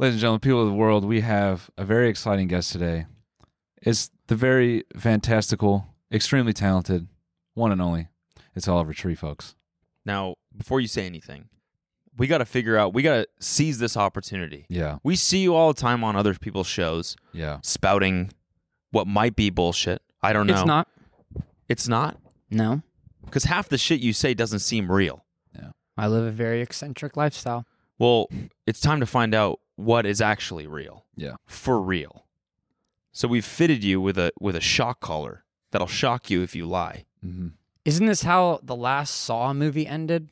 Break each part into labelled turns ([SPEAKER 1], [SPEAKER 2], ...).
[SPEAKER 1] Ladies and gentlemen, people of the world, we have a very exciting guest today. It's the very fantastical, extremely talented, one and only. It's Oliver Tree, folks.
[SPEAKER 2] Now, before you say anything, we got to figure out, we got to seize this opportunity.
[SPEAKER 1] Yeah,
[SPEAKER 2] We see you all the time on other people's shows
[SPEAKER 1] yeah.
[SPEAKER 2] spouting what might be bullshit. I don't know.
[SPEAKER 3] It's not.
[SPEAKER 2] It's not?
[SPEAKER 3] No.
[SPEAKER 2] Because half the shit you say doesn't seem real.
[SPEAKER 3] I live a very eccentric lifestyle.
[SPEAKER 2] Well, it's time to find out what is actually real.
[SPEAKER 1] Yeah.
[SPEAKER 2] For real. So we've fitted you with a with a shock collar that'll shock you if you lie.
[SPEAKER 1] Mm-hmm.
[SPEAKER 3] Isn't this how the last Saw movie ended?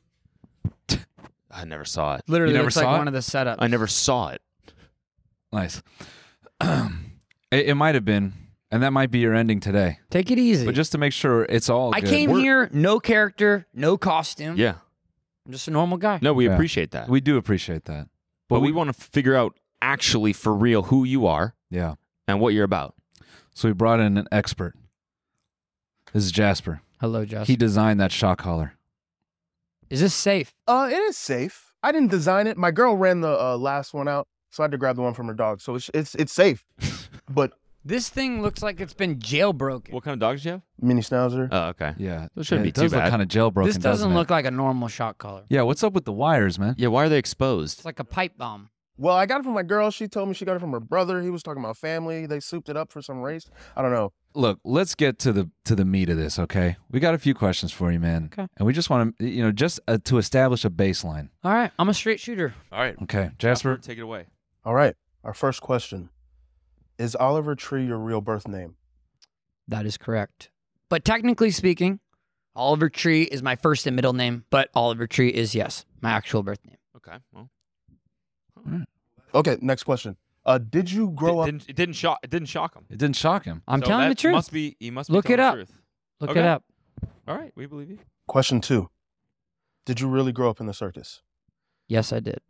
[SPEAKER 2] I never saw it.
[SPEAKER 3] Literally,
[SPEAKER 1] never
[SPEAKER 3] it's
[SPEAKER 1] saw
[SPEAKER 3] like
[SPEAKER 1] it?
[SPEAKER 3] one of the setups.
[SPEAKER 2] I never saw it.
[SPEAKER 1] Nice. it, it might have been, and that might be your ending today.
[SPEAKER 3] Take it easy.
[SPEAKER 1] But just to make sure it's all
[SPEAKER 3] I
[SPEAKER 1] good,
[SPEAKER 3] came
[SPEAKER 1] we're-
[SPEAKER 3] here, no character, no costume.
[SPEAKER 2] Yeah.
[SPEAKER 3] I'm just a normal guy.
[SPEAKER 2] No, we
[SPEAKER 1] Yeah.
[SPEAKER 2] appreciate that.
[SPEAKER 1] We do appreciate that.
[SPEAKER 2] but we want to figure out actually for real who you are
[SPEAKER 1] Yeah.
[SPEAKER 2] and what you're about.
[SPEAKER 1] So we brought in an expert. This is Jasper.
[SPEAKER 3] Hello, Justin.
[SPEAKER 1] He designed that shock collar.
[SPEAKER 3] Is this safe?
[SPEAKER 4] Uh, it is safe. I didn't design it. My girl ran the uh, last one out, so I had to grab the one from her dog. So it's it's, it's safe. but
[SPEAKER 3] This thing looks like it's been jailbroken.
[SPEAKER 2] What kind of dogs do you have?
[SPEAKER 4] mini schnauzer.
[SPEAKER 2] Oh, okay.
[SPEAKER 1] Yeah,
[SPEAKER 2] It shouldn't
[SPEAKER 1] it
[SPEAKER 2] be too
[SPEAKER 1] does
[SPEAKER 2] bad.
[SPEAKER 1] look kind of jailbroken.
[SPEAKER 3] this doesn't
[SPEAKER 1] it?
[SPEAKER 3] look like a normal shot collar.
[SPEAKER 1] Yeah, what's up with the wires, man?
[SPEAKER 2] Yeah, why are they
[SPEAKER 3] It's
[SPEAKER 2] exposed?
[SPEAKER 3] like a pipe bomb.
[SPEAKER 4] Well, I got it from my girl. She told me she got it from her brother. He was talking about family. They souped it up for some race. I don't know.
[SPEAKER 1] Look, let's get to the to the meat of this, okay? We got a few questions for you, man.
[SPEAKER 3] Okay.
[SPEAKER 1] And we just want to, you know, just uh, to establish a baseline.
[SPEAKER 3] All right, I'm a straight shooter.
[SPEAKER 2] All right.
[SPEAKER 1] Okay, Jasper.
[SPEAKER 2] take it away.
[SPEAKER 4] All right. Our first question is Oliver Tree your real birth name?
[SPEAKER 3] That is correct. But technically speaking, Oliver Tree is my first and middle name, but Oliver Tree is, yes, my actual birth name.
[SPEAKER 2] Okay. Well,
[SPEAKER 4] Okay. Next question. Uh, did you grow up?
[SPEAKER 2] Didn't, it didn't shock. It didn't shock him.
[SPEAKER 1] It didn't shock him.
[SPEAKER 3] I'm telling the truth.
[SPEAKER 2] Must be. He must
[SPEAKER 3] be Look
[SPEAKER 2] be
[SPEAKER 3] telling it
[SPEAKER 2] The
[SPEAKER 3] up. the
[SPEAKER 2] truth.
[SPEAKER 3] Look
[SPEAKER 2] Okay.
[SPEAKER 3] it up.
[SPEAKER 2] All right, we believe you.
[SPEAKER 4] Question two. Did you really grow up in the circus?
[SPEAKER 3] Yes, I did.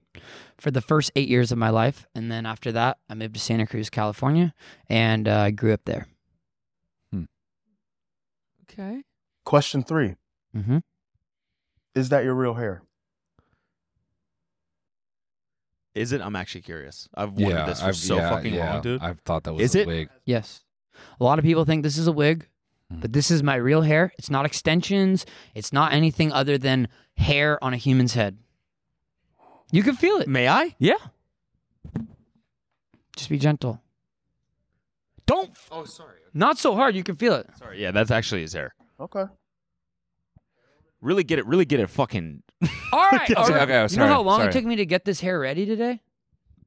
[SPEAKER 3] For the first eight years of my life. And then after that, I moved to Santa Cruz, California, and uh, I grew up there.
[SPEAKER 1] Hmm.
[SPEAKER 2] Okay.
[SPEAKER 4] Question three.
[SPEAKER 3] hmm
[SPEAKER 4] Is that your real hair?
[SPEAKER 2] Is it? I'm actually curious. I've wanted this for so fucking long, dude.
[SPEAKER 1] I've thought that was
[SPEAKER 2] was Is a it? wig.
[SPEAKER 3] Yes. A lot of people think this is a wig,
[SPEAKER 1] Mhm.
[SPEAKER 3] but this is my real hair. It's not extensions, it's not anything other than hair on a human's head. You can feel it.
[SPEAKER 2] May I?
[SPEAKER 3] Yeah. Just be gentle. Don't.
[SPEAKER 2] Oh, sorry.
[SPEAKER 3] Not so hard. You can feel it.
[SPEAKER 2] Sorry. Yeah, that's actually his hair.
[SPEAKER 4] Okay.
[SPEAKER 2] Really get it. Really get it. Fucking.
[SPEAKER 3] All right. all
[SPEAKER 1] Okay,
[SPEAKER 3] right.
[SPEAKER 1] okay, oh,
[SPEAKER 3] you know
[SPEAKER 1] sorry,
[SPEAKER 3] how long
[SPEAKER 1] sorry.
[SPEAKER 3] it took me to get this hair ready today?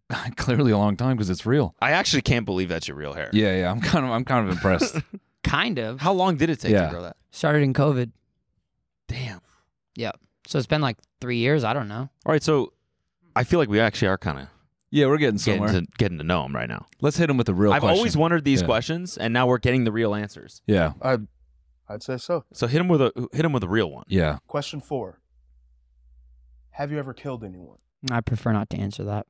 [SPEAKER 1] Clearly, a long time because it's real.
[SPEAKER 2] I actually can't believe that's your real hair.
[SPEAKER 1] Yeah, yeah. I'm kind of, I'm kind of impressed.
[SPEAKER 3] Kind of.
[SPEAKER 2] How long did it take
[SPEAKER 1] Yeah.
[SPEAKER 2] to grow that?
[SPEAKER 3] Started in COVID.
[SPEAKER 2] Damn.
[SPEAKER 3] Yep. So it's been like three years. I don't know.
[SPEAKER 2] All right, so I feel like we actually are kind of
[SPEAKER 1] yeah, we're getting
[SPEAKER 2] getting
[SPEAKER 1] somewhere.
[SPEAKER 2] to, getting to know him right now.
[SPEAKER 1] Let's hit him with the real.
[SPEAKER 2] I've
[SPEAKER 1] question.
[SPEAKER 2] always wondered these
[SPEAKER 1] Yeah.
[SPEAKER 2] questions, and now we're getting the real answers.
[SPEAKER 1] Yeah,
[SPEAKER 4] I, I'd say so.
[SPEAKER 2] So hit him with a hit him with a real one.
[SPEAKER 1] yeah.
[SPEAKER 4] Question four. Have you ever killed anyone?
[SPEAKER 3] I prefer not to answer that.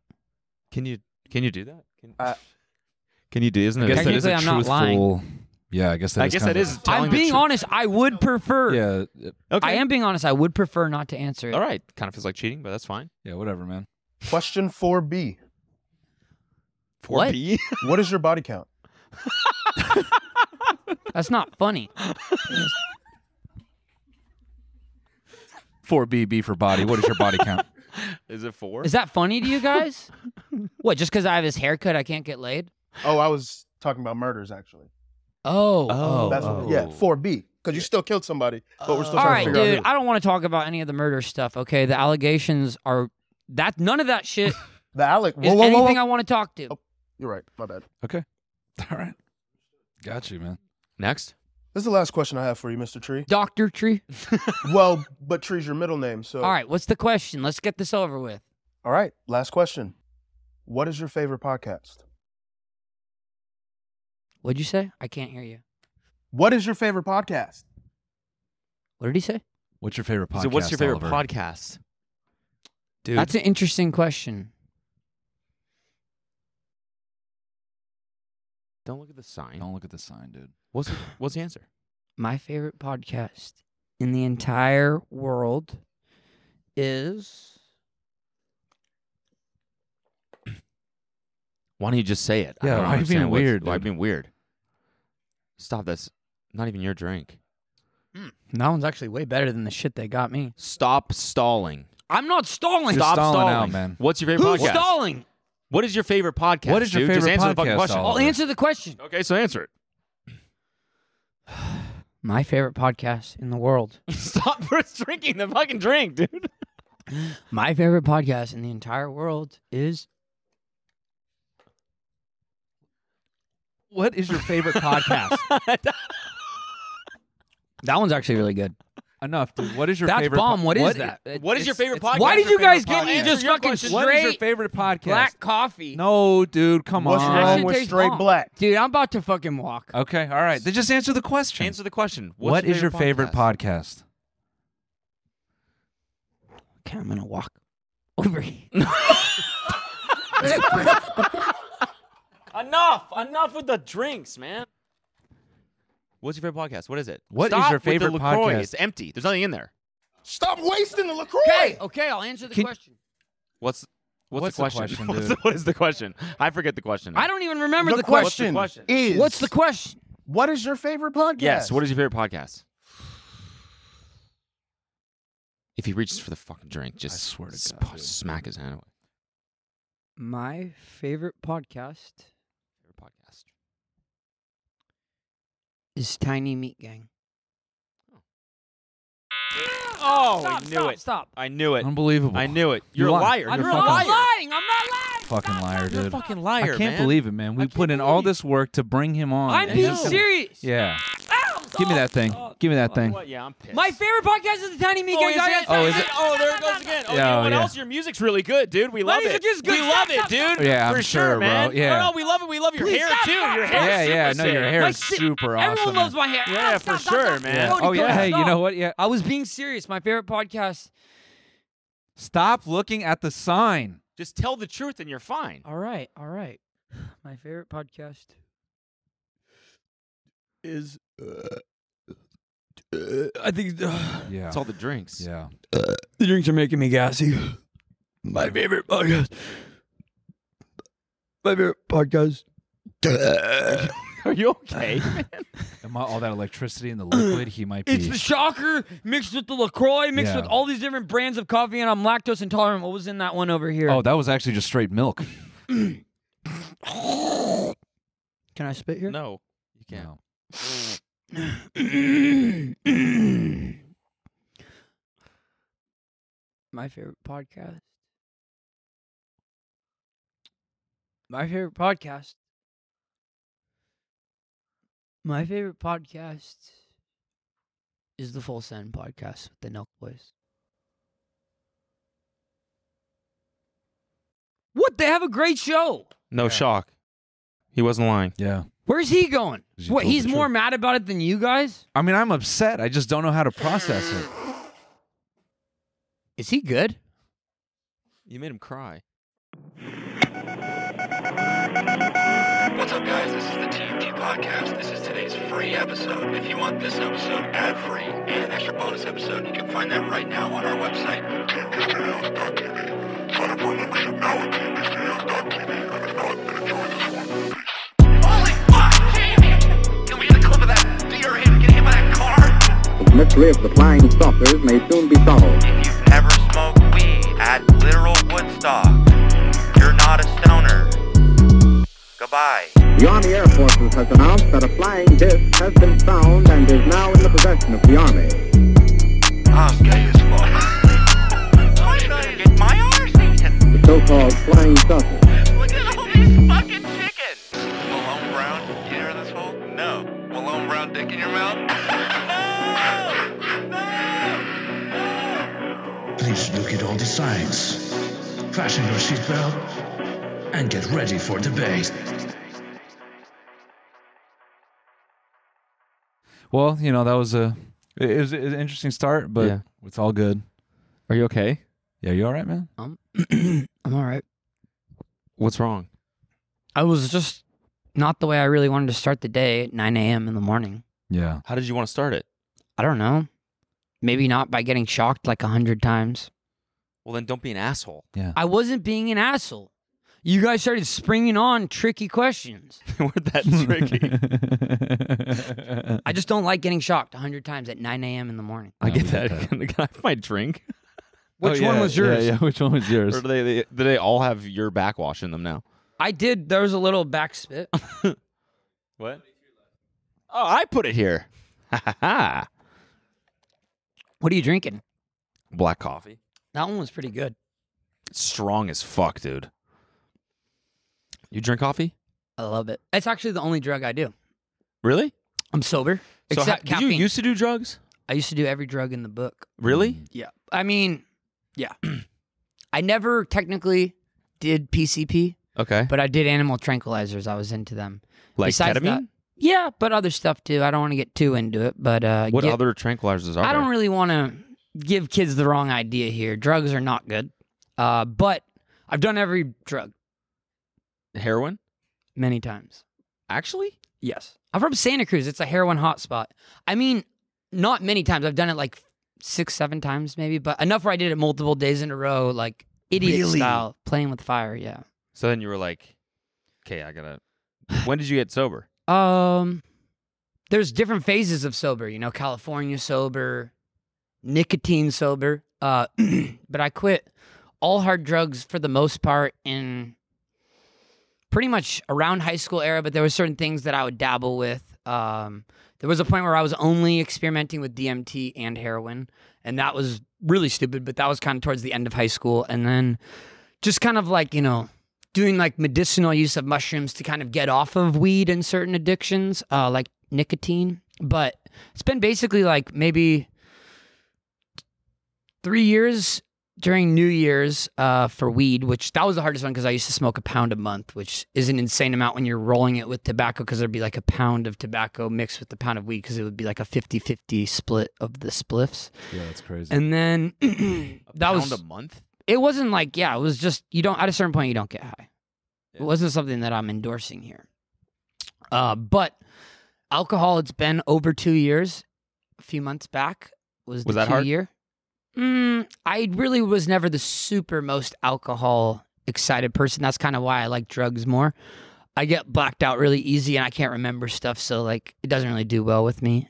[SPEAKER 2] Can you can you do that? Can,
[SPEAKER 4] Uh,
[SPEAKER 2] can you do? Isn't
[SPEAKER 1] I
[SPEAKER 2] it?
[SPEAKER 1] guess that
[SPEAKER 3] Technically,
[SPEAKER 1] is a
[SPEAKER 3] I'm not lying.
[SPEAKER 1] truthful. Yeah, I guess that
[SPEAKER 2] I
[SPEAKER 1] is
[SPEAKER 2] guess
[SPEAKER 1] kind
[SPEAKER 2] that
[SPEAKER 1] of
[SPEAKER 2] is
[SPEAKER 1] a-
[SPEAKER 2] telling
[SPEAKER 3] I'm
[SPEAKER 2] the
[SPEAKER 3] being
[SPEAKER 2] truth.
[SPEAKER 3] honest. I would prefer.
[SPEAKER 1] Yeah, uh,
[SPEAKER 2] Okay.
[SPEAKER 3] I am being honest. I would prefer not to answer it.
[SPEAKER 2] All right. Kind of feels like cheating, but that's fine.
[SPEAKER 1] yeah. Whatever, man.
[SPEAKER 4] Question 4B.
[SPEAKER 3] What?
[SPEAKER 2] B.
[SPEAKER 4] What is your body count?
[SPEAKER 3] That's not funny.
[SPEAKER 1] Four B, B for body. What is your body count?
[SPEAKER 2] Is it four?
[SPEAKER 3] Is that funny to you guys? what? Just because I have this haircut, I can't get laid?
[SPEAKER 4] Oh, I was talking about murders actually.
[SPEAKER 3] Oh.
[SPEAKER 2] Oh.
[SPEAKER 4] That's
[SPEAKER 2] oh.
[SPEAKER 4] what, yeah, 4B. Because you still killed somebody, but we're still
[SPEAKER 3] Oh. All
[SPEAKER 4] trying
[SPEAKER 3] right,
[SPEAKER 4] to figure
[SPEAKER 3] dude.
[SPEAKER 4] out.
[SPEAKER 3] I don't want to talk about any of the murder stuff. Okay, the allegations are that none of that shit is
[SPEAKER 4] who. The Alec. Whoa, whoa,
[SPEAKER 3] anything
[SPEAKER 4] whoa, whoa.
[SPEAKER 3] I want to talk to.
[SPEAKER 4] Oh. You're right. My bad.
[SPEAKER 1] Okay. All right. Got you, man.
[SPEAKER 2] Next.
[SPEAKER 4] This is the last question I have for you, Mr. Tree.
[SPEAKER 3] Doctor Tree.
[SPEAKER 4] well, but Tree's your middle name, so.
[SPEAKER 3] All right, what's the question? Let's get this over with.
[SPEAKER 4] All right. Last question. What is your favorite podcast?
[SPEAKER 3] What'd you say? I can't hear you.
[SPEAKER 4] What is your favorite podcast?
[SPEAKER 3] What did he say?
[SPEAKER 1] What's your favorite podcast?
[SPEAKER 2] so what's your favorite
[SPEAKER 1] Oliver?
[SPEAKER 2] podcast? Dude,
[SPEAKER 3] That's an interesting question.
[SPEAKER 2] don't look at the sign.
[SPEAKER 1] Don't look at the sign, dude.
[SPEAKER 2] What's what's the answer?
[SPEAKER 3] My favorite podcast in the entire world is
[SPEAKER 2] Why don't you just say it?
[SPEAKER 1] Yeah,
[SPEAKER 2] I
[SPEAKER 1] why are you
[SPEAKER 2] don't
[SPEAKER 1] being
[SPEAKER 2] understand what's-
[SPEAKER 1] weird,
[SPEAKER 2] Why are you
[SPEAKER 1] dude?
[SPEAKER 2] being weird? Stop. That's not even your drink.
[SPEAKER 3] that one's actually way better than the shit they got me.
[SPEAKER 2] Stop stalling.
[SPEAKER 3] I'm not stalling.
[SPEAKER 1] You're
[SPEAKER 2] Stop
[SPEAKER 1] stalling
[SPEAKER 2] stalling,
[SPEAKER 1] out, man.
[SPEAKER 2] What's your favorite
[SPEAKER 3] Who's
[SPEAKER 2] podcast?
[SPEAKER 3] stalling?
[SPEAKER 2] What is your favorite podcast?
[SPEAKER 1] What is your
[SPEAKER 2] dude? Just
[SPEAKER 1] favorite
[SPEAKER 2] answer the fucking
[SPEAKER 1] podcast,
[SPEAKER 2] question.
[SPEAKER 1] Oliver?
[SPEAKER 3] I'll answer the question.
[SPEAKER 2] Okay, so answer it.
[SPEAKER 3] My favorite podcast in the world.
[SPEAKER 2] Stop first drinking the fucking drink, dude.
[SPEAKER 3] My favorite podcast in the entire world is
[SPEAKER 1] What is your favorite podcast?
[SPEAKER 3] that one's actually really good.
[SPEAKER 1] Enough, dude. What is your
[SPEAKER 3] That's
[SPEAKER 1] favorite
[SPEAKER 3] bomb.
[SPEAKER 1] po-
[SPEAKER 3] What is
[SPEAKER 1] what
[SPEAKER 3] that?
[SPEAKER 2] What is your favorite podcast?
[SPEAKER 3] Why did
[SPEAKER 2] Your
[SPEAKER 3] you guys
[SPEAKER 2] favorite
[SPEAKER 3] get me
[SPEAKER 2] podcast?
[SPEAKER 3] just
[SPEAKER 2] Answer your
[SPEAKER 3] fucking
[SPEAKER 2] question.
[SPEAKER 3] straight
[SPEAKER 1] What is your favorite podcast?
[SPEAKER 3] black coffee?
[SPEAKER 1] No, dude. Come
[SPEAKER 4] What's
[SPEAKER 1] on.
[SPEAKER 4] wrong
[SPEAKER 3] shit
[SPEAKER 4] with
[SPEAKER 3] tastes
[SPEAKER 4] straight
[SPEAKER 3] bomb.
[SPEAKER 4] black?
[SPEAKER 3] Dude, I'm about to fucking walk.
[SPEAKER 1] Okay, all right. Then just answer the question.
[SPEAKER 2] Answer the question.
[SPEAKER 1] what
[SPEAKER 2] What's
[SPEAKER 1] is your favorite podcast?
[SPEAKER 3] Okay, I'm gonna walk over here.
[SPEAKER 2] Enough! Enough with the drinks, man. What's your favorite podcast? What is it?
[SPEAKER 1] What is
[SPEAKER 2] Stop
[SPEAKER 1] your
[SPEAKER 2] with the
[SPEAKER 1] favorite
[SPEAKER 2] LaCroix.
[SPEAKER 1] podcast?
[SPEAKER 2] It's empty. There's nothing in there.
[SPEAKER 4] Stop wasting the LaCroix.
[SPEAKER 3] Okay, okay, I'll answer the
[SPEAKER 1] Can-
[SPEAKER 3] question.
[SPEAKER 2] What's what's,
[SPEAKER 1] What's
[SPEAKER 2] the
[SPEAKER 1] the
[SPEAKER 2] question?
[SPEAKER 1] question,
[SPEAKER 2] what's
[SPEAKER 1] dude?
[SPEAKER 2] the, what is the question? I forget the question.
[SPEAKER 3] I don't even remember
[SPEAKER 4] The,
[SPEAKER 3] the,
[SPEAKER 4] question,
[SPEAKER 2] question?
[SPEAKER 4] is
[SPEAKER 3] What's the question?
[SPEAKER 4] What is your favorite podcast?
[SPEAKER 2] Yes. What is your favorite podcast? If he reaches for the fucking drink, just
[SPEAKER 1] swear to
[SPEAKER 2] sp-
[SPEAKER 1] God, dude.
[SPEAKER 2] smack his hand away.
[SPEAKER 3] My favorite podcast
[SPEAKER 2] Favorite podcast.
[SPEAKER 3] is Tiny Meat Gang.
[SPEAKER 2] Oh,
[SPEAKER 3] stop,
[SPEAKER 2] I knew
[SPEAKER 3] stop,
[SPEAKER 2] it.
[SPEAKER 3] Stop.
[SPEAKER 2] I knew it.
[SPEAKER 1] Unbelievable.
[SPEAKER 2] I knew it. You're a
[SPEAKER 1] li-
[SPEAKER 2] liar.
[SPEAKER 1] I'm
[SPEAKER 2] You're a
[SPEAKER 1] not lying.
[SPEAKER 2] fucking liar.
[SPEAKER 3] I'm not lying.
[SPEAKER 1] Fucking liar,
[SPEAKER 2] You're a
[SPEAKER 1] dude.
[SPEAKER 2] fucking liar.
[SPEAKER 1] I can't
[SPEAKER 2] man.
[SPEAKER 1] believe it, man.
[SPEAKER 2] I
[SPEAKER 1] We
[SPEAKER 2] can't
[SPEAKER 1] put in all
[SPEAKER 2] believe
[SPEAKER 1] this work to bring him on.
[SPEAKER 3] I'm
[SPEAKER 1] and
[SPEAKER 3] being
[SPEAKER 1] he's-
[SPEAKER 3] serious.
[SPEAKER 1] Yeah.
[SPEAKER 3] Ow,
[SPEAKER 1] Give me
[SPEAKER 3] stop.
[SPEAKER 1] that thing. Give me that thing.
[SPEAKER 2] What? Yeah, I'm pissed.
[SPEAKER 3] My favorite podcast is the Tiny Meat
[SPEAKER 2] Oh,
[SPEAKER 3] Gang.
[SPEAKER 2] is
[SPEAKER 3] Guys,
[SPEAKER 2] it?
[SPEAKER 1] Oh, is it?
[SPEAKER 2] Oh, there it goes again. Oh,
[SPEAKER 1] Yeah,
[SPEAKER 2] you know what
[SPEAKER 1] yeah.
[SPEAKER 2] else? Your music's really good, dude. We
[SPEAKER 3] My
[SPEAKER 2] love it.
[SPEAKER 3] music is good.
[SPEAKER 2] We
[SPEAKER 3] Stop,
[SPEAKER 2] love
[SPEAKER 3] stop,
[SPEAKER 2] it,
[SPEAKER 3] stop.
[SPEAKER 2] dude.
[SPEAKER 1] Yeah,
[SPEAKER 2] For
[SPEAKER 1] I'm
[SPEAKER 2] sure,
[SPEAKER 1] sure, bro.
[SPEAKER 2] man.
[SPEAKER 1] Yeah.
[SPEAKER 2] No, no, we love it. We love your
[SPEAKER 3] Please
[SPEAKER 2] hair
[SPEAKER 3] stop,
[SPEAKER 2] too.
[SPEAKER 3] stop,
[SPEAKER 2] Your
[SPEAKER 3] stop.
[SPEAKER 2] hair.
[SPEAKER 1] Yeah,
[SPEAKER 2] is
[SPEAKER 1] yeah. No,
[SPEAKER 2] super
[SPEAKER 1] your
[SPEAKER 2] sick.
[SPEAKER 1] hair
[SPEAKER 3] My
[SPEAKER 1] is
[SPEAKER 3] si-
[SPEAKER 1] super awesome.
[SPEAKER 3] Everyone loves my hair.
[SPEAKER 2] Yeah,
[SPEAKER 3] Ow, stop,
[SPEAKER 2] for
[SPEAKER 3] stop,
[SPEAKER 2] sure,
[SPEAKER 3] stop.
[SPEAKER 2] man.
[SPEAKER 3] Cody,
[SPEAKER 1] Oh yeah.
[SPEAKER 3] Cody,
[SPEAKER 1] Hey, you
[SPEAKER 3] stop.
[SPEAKER 1] know what? Yeah.
[SPEAKER 3] I was being serious. My favorite podcast.
[SPEAKER 1] Stop looking at the sign.
[SPEAKER 2] Just tell the truth and you're fine.
[SPEAKER 3] All right, all right. My favorite podcast is. uh, I think
[SPEAKER 1] Yeah.
[SPEAKER 2] It's all the drinks.
[SPEAKER 1] Yeah.
[SPEAKER 3] the drinks are making me gassy. My favorite podcast. My favorite podcast.
[SPEAKER 2] Are you okay?
[SPEAKER 1] Am I- all that electricity in the liquid, he might be.
[SPEAKER 3] It's the shocker mixed with the LaCroix, mixed
[SPEAKER 1] Yeah.
[SPEAKER 3] with all these different brands of coffee, and I'm lactose intolerant. What was in that one over here?
[SPEAKER 1] oh, that was actually just straight milk.
[SPEAKER 3] Can I spit here?
[SPEAKER 2] no, you can't.
[SPEAKER 1] No.
[SPEAKER 3] My favorite podcast. My favorite podcast. My favorite podcast is the Full Send podcast with the Nelk Boys. What? They have a great show.
[SPEAKER 2] No shock. He wasn't lying.
[SPEAKER 1] Yeah.
[SPEAKER 3] Where's he going?
[SPEAKER 1] Because you
[SPEAKER 3] What?
[SPEAKER 1] told the
[SPEAKER 3] He's more
[SPEAKER 1] truth.
[SPEAKER 3] mad about it than you guys?
[SPEAKER 1] I mean, I'm upset. I just don't know how to process it.
[SPEAKER 3] Is he good?
[SPEAKER 2] You made him cry.
[SPEAKER 5] What's up, guys? This is the TMT Podcast. This is today's free episode. If you want this episode ad free and an extra bonus episode, you can find that right now on our website, tmtstudios.tv. Sign up for a membership now at tmtstudios.tv. And if not, then enjoy this one. Holy fuck, Jamie! Can we get a clip of that deer hit getting hit by that car?
[SPEAKER 6] The mystery of the flying saucers may soon be solved.
[SPEAKER 5] If you've ever smoked weed at literal Woodstock, you're not a stoner. Goodbye.
[SPEAKER 6] The Army Air Forces has announced that a flying disc has been found and is now in the possession of the Army.
[SPEAKER 5] I'm gay as fuck. I'm gonna get my arse eaten.
[SPEAKER 6] The so-called flying saucer.
[SPEAKER 5] Look at all these fucking chickens. Malone Brown, you hear this hole? No. Malone Brown dick in your mouth? no! No!
[SPEAKER 7] Please look at all the signs. Fasten your seatbelt and get ready for debate.
[SPEAKER 1] Well, you know that was a it it was an interesting start, but
[SPEAKER 2] Yeah.
[SPEAKER 1] it's all good.
[SPEAKER 2] Are you okay?
[SPEAKER 1] Yeah, you all right, man?
[SPEAKER 3] I'm all right.
[SPEAKER 2] What's wrong?
[SPEAKER 3] I was just not the way I really wanted to start the day at 9 a.m. in the morning.
[SPEAKER 1] Yeah.
[SPEAKER 2] How did you want to start it?
[SPEAKER 3] I don't know. Maybe not by getting shocked like a hundred times.
[SPEAKER 2] Well, then don't be an asshole.
[SPEAKER 3] I wasn't being an asshole. You guys started springing on tricky questions.
[SPEAKER 2] We're that tricky.
[SPEAKER 3] I just don't like getting shocked a hundred times at 9 a.m. in the morning.
[SPEAKER 2] I
[SPEAKER 1] No,
[SPEAKER 2] get
[SPEAKER 1] we get
[SPEAKER 2] that. Can I have my drink?
[SPEAKER 3] Which one was yours?
[SPEAKER 1] Oh, Yeah, yeah. Which one was yours?
[SPEAKER 2] Or do they, they, do they all have your backwash in them now?
[SPEAKER 3] I did. There was a little back spit.
[SPEAKER 2] What? Oh, I put it here. Ha ha ha.
[SPEAKER 3] what are you drinking?
[SPEAKER 2] Black coffee.
[SPEAKER 3] That one was pretty good.
[SPEAKER 2] Strong as fuck, dude. You drink coffee?
[SPEAKER 3] I love it. It's actually the only drug I do.
[SPEAKER 2] Really?
[SPEAKER 3] I'm sober.
[SPEAKER 2] So
[SPEAKER 3] except
[SPEAKER 2] ha- did
[SPEAKER 3] caffeine.
[SPEAKER 2] you used to do drugs?
[SPEAKER 3] I used to do every drug in the book.
[SPEAKER 1] Mm.
[SPEAKER 2] Really?
[SPEAKER 3] Yeah. I mean, yeah. I never technically did PCP,
[SPEAKER 2] Okay.
[SPEAKER 3] but I did animal tranquilizers. I was into them.
[SPEAKER 2] Like
[SPEAKER 3] Besides
[SPEAKER 2] ketamine?
[SPEAKER 3] that- yeah, but other stuff too. I don't want to get too into it, but uh,
[SPEAKER 2] What
[SPEAKER 3] get-
[SPEAKER 2] other tranquilizers are
[SPEAKER 3] I don't
[SPEAKER 2] there?
[SPEAKER 3] really want to give kids the wrong idea here. Drugs are not good, uh, but I've done every drug
[SPEAKER 2] Heroin?
[SPEAKER 3] many times.
[SPEAKER 2] Actually?
[SPEAKER 3] Yes, I'm from Santa Cruz. It's a heroin hotspot. I mean, not many times. I've done it like six, seven times maybe, but enough where I did it multiple days in a row, like idiot style, playing with fire. Yeah.
[SPEAKER 2] So then you were like, okay, I gotta. When did you get sober?
[SPEAKER 3] Um, there's different phases of sober. You know, California sober, nicotine sober. Uh, but I quit all hard drugs for the most part in pretty much around high school era. But there were certain things that I would dabble with. Um, there was a point where I was only experimenting with DMT and heroin, and that was really stupid. But that was kind of towards the end of high school, and then just kind of like you know doing like medicinal use of mushrooms to kind of get off of weed and certain addictions, uh, like nicotine. But it's been basically like maybe three years during New Year's uh, for weed, which that was the hardest one because I used to smoke a pound a month, which is an insane amount when you're rolling it with tobacco because there'd be like a pound of tobacco mixed with the pound of weed because it would be like a 50 50 split of the spliffs.
[SPEAKER 1] yeah, that's crazy.
[SPEAKER 3] And then
[SPEAKER 2] A
[SPEAKER 3] that
[SPEAKER 2] pound
[SPEAKER 3] was
[SPEAKER 2] a month.
[SPEAKER 3] it wasn't like yeah it was just you don't at a certain point you don't get high
[SPEAKER 2] Yeah.
[SPEAKER 3] it wasn't something that i'm endorsing here uh, but alcohol it's been over two years a few months back was,
[SPEAKER 2] Was
[SPEAKER 3] the
[SPEAKER 2] that
[SPEAKER 3] two
[SPEAKER 2] hard?
[SPEAKER 3] year mm, i really was never the super most alcohol excited person that's kind of why i like drugs more i get blacked out really easy and i can't remember stuff so like it doesn't really do well with me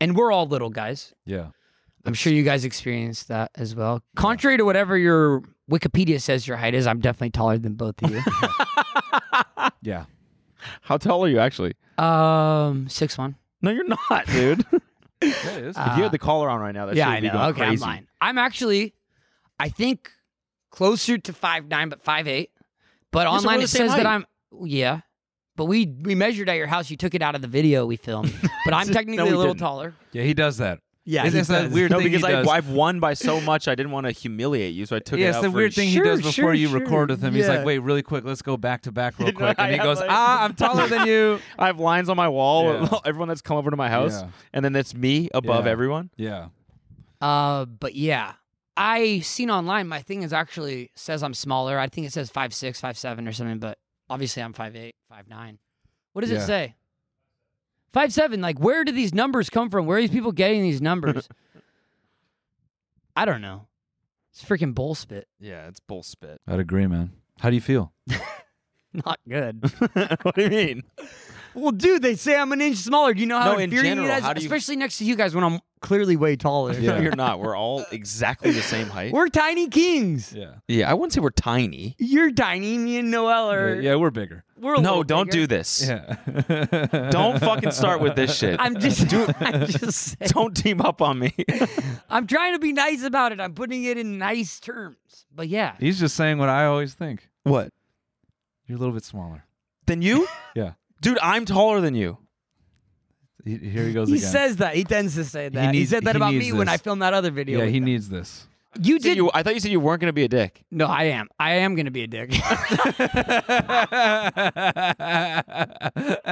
[SPEAKER 3] and we're all little guys
[SPEAKER 1] yeah.
[SPEAKER 3] I'm sure you guys experienced that as well. Contrary to whatever your Wikipedia says your height is, I'm definitely taller than both of you.
[SPEAKER 1] Yeah.
[SPEAKER 2] How tall are you actually?
[SPEAKER 3] um, six one.
[SPEAKER 2] No, you're not, dude.
[SPEAKER 1] Yeah, it is.
[SPEAKER 2] if you had the collar on right now, that
[SPEAKER 3] Uh, yeah,
[SPEAKER 2] shit
[SPEAKER 3] I
[SPEAKER 2] would be
[SPEAKER 3] know.
[SPEAKER 2] going
[SPEAKER 3] Okay,
[SPEAKER 2] crazy.
[SPEAKER 3] I'm lying. I'm actually, I think, closer to five nine, but five eight. But
[SPEAKER 2] Yeah, so
[SPEAKER 3] online
[SPEAKER 2] we're
[SPEAKER 3] it
[SPEAKER 2] the same
[SPEAKER 3] says that
[SPEAKER 2] height.
[SPEAKER 3] I'm. Yeah, but we we measured at your house. You took it out of the video we filmed. But I'm
[SPEAKER 2] No,
[SPEAKER 3] technically
[SPEAKER 2] we
[SPEAKER 3] a little
[SPEAKER 2] didn't.
[SPEAKER 3] taller.
[SPEAKER 1] yeah, he does that.
[SPEAKER 3] Yeah,
[SPEAKER 1] Isn't
[SPEAKER 3] he
[SPEAKER 1] that
[SPEAKER 3] does.
[SPEAKER 1] weird
[SPEAKER 2] No,
[SPEAKER 1] thing he
[SPEAKER 2] because I,
[SPEAKER 1] does?
[SPEAKER 2] I've won by so much, I didn't want to humiliate you, so I took
[SPEAKER 1] yeah,
[SPEAKER 2] it
[SPEAKER 1] it's
[SPEAKER 2] out
[SPEAKER 1] the
[SPEAKER 2] for
[SPEAKER 1] weird
[SPEAKER 2] each-
[SPEAKER 1] thing he
[SPEAKER 3] Sure,
[SPEAKER 1] does before
[SPEAKER 3] sure,
[SPEAKER 1] you
[SPEAKER 3] sure.
[SPEAKER 1] record with him. He's
[SPEAKER 3] Yeah.
[SPEAKER 1] like, "Wait, really quick, let's go back to back real
[SPEAKER 2] You know,
[SPEAKER 1] quick," and he
[SPEAKER 2] I
[SPEAKER 1] goes,
[SPEAKER 2] have, like-
[SPEAKER 1] "Ah, I'm taller than you."
[SPEAKER 2] I have lines on my wall. with
[SPEAKER 1] Yeah.
[SPEAKER 2] Everyone that's come over to my house,
[SPEAKER 1] Yeah.
[SPEAKER 2] and then that's me above
[SPEAKER 1] Yeah.
[SPEAKER 2] everyone.
[SPEAKER 1] Yeah,
[SPEAKER 3] Uh, but yeah, I seen online. My thing is actually says I'm smaller. I think it says five six, five seven, or something. But obviously I'm five eight, five nine. What does
[SPEAKER 1] Yeah.
[SPEAKER 3] it say? Five seven. Like, where do these numbers come from? Where are these people getting these numbers? I don't know. It's freaking bull spit.
[SPEAKER 2] Yeah, it's bull spit.
[SPEAKER 1] I'd agree, man. How do you feel?
[SPEAKER 3] Not good.
[SPEAKER 2] what do you mean?
[SPEAKER 3] Well, dude, they say I'm an inch smaller. Do you know how
[SPEAKER 2] No, in
[SPEAKER 3] infuriating
[SPEAKER 2] general,
[SPEAKER 3] it is?
[SPEAKER 2] how do you-
[SPEAKER 3] Especially next to you guys when I'm clearly way taller.
[SPEAKER 2] No, you're not. We're all exactly the same height.
[SPEAKER 3] We're tiny kings.
[SPEAKER 1] Yeah.
[SPEAKER 2] yeah, I wouldn't say we're tiny.
[SPEAKER 3] You're tiny. Me and Noel are.
[SPEAKER 1] Yeah, we're bigger.
[SPEAKER 3] We're a
[SPEAKER 2] no,
[SPEAKER 3] little
[SPEAKER 2] don't do
[SPEAKER 3] bigger.
[SPEAKER 2] this.
[SPEAKER 1] Yeah.
[SPEAKER 2] Don't fucking start with this shit.
[SPEAKER 3] I'm just.
[SPEAKER 2] Do-
[SPEAKER 3] I'm just. Saying.
[SPEAKER 2] don't team up on me.
[SPEAKER 3] I'm trying to be nice about it. I'm putting it in nice terms. But yeah,
[SPEAKER 1] He's just saying what I always think.
[SPEAKER 2] What?
[SPEAKER 1] You're a little bit smaller.
[SPEAKER 2] Than you?
[SPEAKER 1] Yeah.
[SPEAKER 2] Dude, I'm taller than you.
[SPEAKER 1] He- Here he goes
[SPEAKER 3] he
[SPEAKER 1] again.
[SPEAKER 3] says that. He tends to say that. He,
[SPEAKER 1] needs-
[SPEAKER 3] said that
[SPEAKER 1] he
[SPEAKER 3] about me
[SPEAKER 1] needs
[SPEAKER 3] when
[SPEAKER 1] this.
[SPEAKER 3] I filmed that other video.
[SPEAKER 1] yeah,
[SPEAKER 3] with
[SPEAKER 1] he
[SPEAKER 3] him.
[SPEAKER 1] neid needs this.
[SPEAKER 3] You
[SPEAKER 2] Said
[SPEAKER 3] did.
[SPEAKER 2] you- I thought you said you weren't going to be a dick.
[SPEAKER 3] no, I am. I am going to be a dick.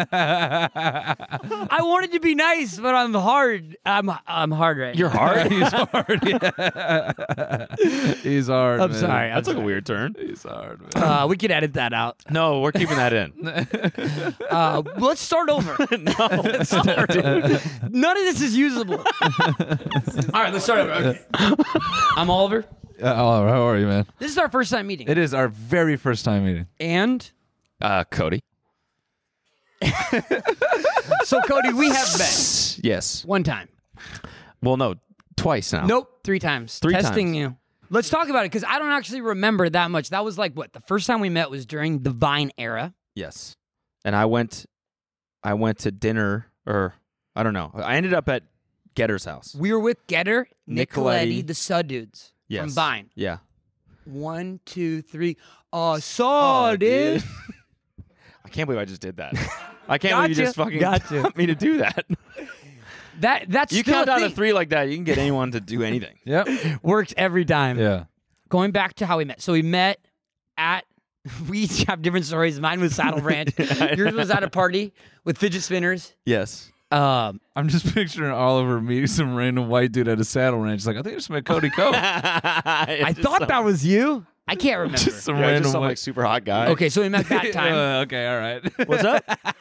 [SPEAKER 3] I wanted to be nice, but I'm hard. I'm I'm hard right
[SPEAKER 2] You're
[SPEAKER 3] now.
[SPEAKER 2] hard.
[SPEAKER 1] He's hard. Yeah. He's hard.
[SPEAKER 3] I'm
[SPEAKER 1] man.
[SPEAKER 3] sorry. I'm sorry.
[SPEAKER 2] weird turn.
[SPEAKER 1] He's hard, man.
[SPEAKER 3] Uh, we could edit that out.
[SPEAKER 2] No, we're keeping that in.
[SPEAKER 3] Uh, let's start over.
[SPEAKER 2] no, let's not, dude.
[SPEAKER 3] None of this is usable. All right, let's start over. Okay. I'm Oliver.
[SPEAKER 1] Uh, Oliver, how are you, man?
[SPEAKER 3] This is our first time meeting.
[SPEAKER 1] It is our very first time meeting.
[SPEAKER 3] and
[SPEAKER 2] Uh, Cody.
[SPEAKER 3] so, Cody, we have met
[SPEAKER 2] Yes.
[SPEAKER 3] one time.
[SPEAKER 2] Well, no, twice now.
[SPEAKER 3] Nope, three times.
[SPEAKER 2] Oh. Three
[SPEAKER 3] Testing
[SPEAKER 2] times.
[SPEAKER 3] you. Let's talk about it because I don't actually remember that much. That was like what the first time we met was during the Vine era.
[SPEAKER 2] Yes. And I went, I went to dinner, or I don't know. I ended up at Getter's house.
[SPEAKER 3] We were with Getter,
[SPEAKER 2] Nicoletti.
[SPEAKER 3] Nicoletti, the Sud dudes
[SPEAKER 2] Yes.
[SPEAKER 3] from Vine.
[SPEAKER 2] Yeah.
[SPEAKER 3] One, two, three. Uh, saw dude.
[SPEAKER 2] I can't believe I just did that. I can't believe
[SPEAKER 3] Gotcha.
[SPEAKER 2] you just fucking
[SPEAKER 3] Gotcha.
[SPEAKER 2] got me to do that.
[SPEAKER 3] That that's
[SPEAKER 2] You
[SPEAKER 3] still
[SPEAKER 2] count
[SPEAKER 3] a
[SPEAKER 2] down to
[SPEAKER 3] thing.
[SPEAKER 2] three like that, you can get anyone to do anything.
[SPEAKER 1] Yep.
[SPEAKER 3] Works every time.
[SPEAKER 1] Yeah.
[SPEAKER 3] Going back to how we met. So we met at. We each have different stories. Mine was Saddle Ranch. Yours was at a party with fidget spinners.
[SPEAKER 2] Yes.
[SPEAKER 3] Um,
[SPEAKER 1] I'm just picturing Oliver meeting some random white dude at a saddle ranch. Like, I think I just met Cody Coe.
[SPEAKER 3] I thought that was you. I can't remember.
[SPEAKER 1] just some
[SPEAKER 2] Yeah, I
[SPEAKER 1] random
[SPEAKER 2] just some
[SPEAKER 1] white.
[SPEAKER 2] like super hot guy.
[SPEAKER 3] okay, so we met that time.
[SPEAKER 1] Uh, okay, all right.
[SPEAKER 2] What's up?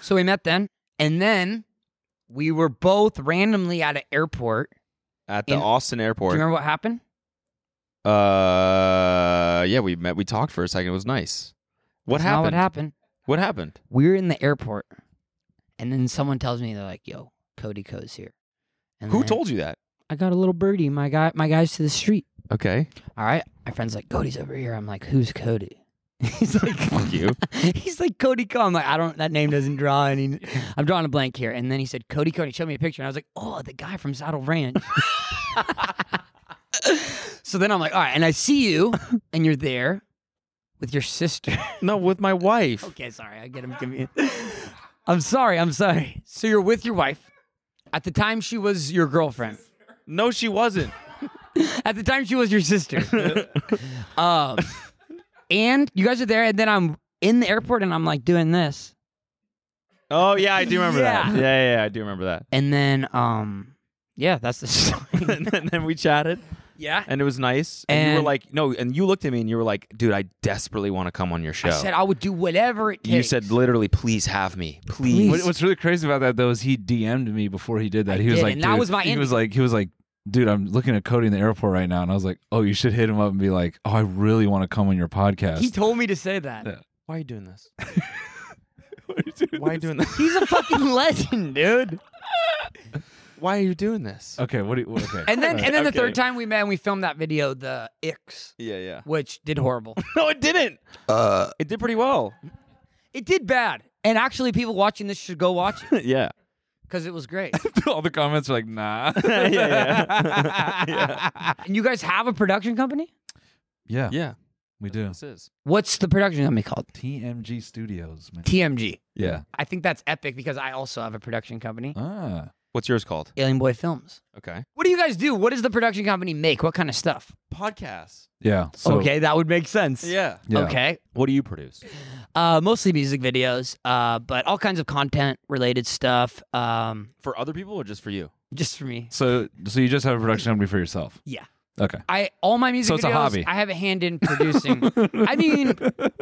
[SPEAKER 3] So we met then, and then we were both randomly at an airport.
[SPEAKER 2] At the
[SPEAKER 3] In-
[SPEAKER 2] Austin
[SPEAKER 3] Do you
[SPEAKER 2] airport.
[SPEAKER 3] remember what happened?
[SPEAKER 2] uh, yeah, we met. We talked for a second. It was nice. What
[SPEAKER 3] That's not
[SPEAKER 2] happened?
[SPEAKER 3] what happened?
[SPEAKER 2] What happened?
[SPEAKER 3] We were in the airport, and then someone tells me they're like, "Yo, Cody Co's here." And
[SPEAKER 2] Who
[SPEAKER 3] then
[SPEAKER 2] told you that?
[SPEAKER 3] I got a little birdie. My guy, my guy's to the street.
[SPEAKER 2] Okay.
[SPEAKER 3] All right, my friend's like, "Cody's over here." I'm like, "Who's Cody?" He's like,
[SPEAKER 2] Fuck you.
[SPEAKER 3] He's like Cody Co. I'm like, I don't. That name doesn't draw any. I'm drawing a blank here. And then he said Cody Co. and He showed me a picture, and I was like, oh, the guy from Saddle Ranch. so then I'm like, all right, and I see you, and you're there with your sister.
[SPEAKER 2] No, with my wife.
[SPEAKER 3] okay, sorry, I get him confused. I'm sorry. I'm sorry. So you're with your wife. At the time, she was your girlfriend.
[SPEAKER 2] No, she wasn't.
[SPEAKER 3] At the time, she was your sister. um, and you guys are there, and then I'm in the airport, and I'm like doing this,
[SPEAKER 2] Oh yeah, I do remember that.
[SPEAKER 3] Yeah.
[SPEAKER 2] Yeah, yeah, yeah, I do remember that.
[SPEAKER 3] and then um, yeah, that's the story.
[SPEAKER 2] and, then, then we chatted,
[SPEAKER 3] yeah.
[SPEAKER 2] and it was nice. And, you
[SPEAKER 3] And-
[SPEAKER 2] were like, no, and you looked at me and you were like, dude, I desperately want to come on your show.
[SPEAKER 3] I said I would do whatever it takes.
[SPEAKER 2] you said literally, please have me, please.
[SPEAKER 1] What- what's really crazy about that though is he DM'd me before he did that.
[SPEAKER 3] I
[SPEAKER 1] he was
[SPEAKER 3] did,
[SPEAKER 1] like,
[SPEAKER 3] and that
[SPEAKER 1] dude-
[SPEAKER 3] was my
[SPEAKER 1] He
[SPEAKER 3] ending.
[SPEAKER 1] was like, he was like, dude, I'm looking at Cody in the airport right now, and I was like, oh, you should hit him up and be like, oh, I really want to come on your podcast.
[SPEAKER 3] he told me to say that.
[SPEAKER 1] Yeah.
[SPEAKER 2] Why are you doing this? Why are you doing this?
[SPEAKER 3] He's a fucking legend, dude.
[SPEAKER 2] Why are you doing this?
[SPEAKER 1] okay, what? Do you, okay,
[SPEAKER 3] And then, and then the
[SPEAKER 2] Okay.
[SPEAKER 3] third time we met, and we filmed that video, the Ix,
[SPEAKER 2] Yeah, yeah.
[SPEAKER 3] which did horrible.
[SPEAKER 2] No, it didn't. Uh, it did pretty well.
[SPEAKER 3] it did bad, and actually, people watching this should go watch it
[SPEAKER 2] yeah.
[SPEAKER 3] because it was great.
[SPEAKER 1] all the comments are like, nah.
[SPEAKER 2] yeah, yeah,
[SPEAKER 3] and you guys have a production company?
[SPEAKER 1] yeah,
[SPEAKER 2] yeah.
[SPEAKER 1] we do.
[SPEAKER 2] This is.
[SPEAKER 3] What's the production company called?
[SPEAKER 1] TMG Studios, man.
[SPEAKER 3] TMG.
[SPEAKER 1] yeah.
[SPEAKER 3] I think that's epic because I also have a production company,
[SPEAKER 1] Ah,
[SPEAKER 2] What's yours called?
[SPEAKER 3] Uh, Alien Boy Films.
[SPEAKER 2] Okay.
[SPEAKER 3] What do you guys do? What does the production company make? What kind of stuff?
[SPEAKER 2] Podcasts.
[SPEAKER 1] yeah. So,
[SPEAKER 3] okay, that would make sense.
[SPEAKER 2] Yeah.
[SPEAKER 1] Oh. Yeah.
[SPEAKER 3] Okay.
[SPEAKER 2] What do you produce?
[SPEAKER 3] Uh, mostly music videos, uh, but all kinds of content related stuff. Um,
[SPEAKER 2] For other people or just for you?
[SPEAKER 3] just for me.
[SPEAKER 1] So, so you just have a production company for yourself?
[SPEAKER 3] Yeah.
[SPEAKER 1] Okay.
[SPEAKER 3] I all my music
[SPEAKER 1] So it's a
[SPEAKER 3] videos,
[SPEAKER 1] hobby.
[SPEAKER 3] I have a hand in producing. I mean,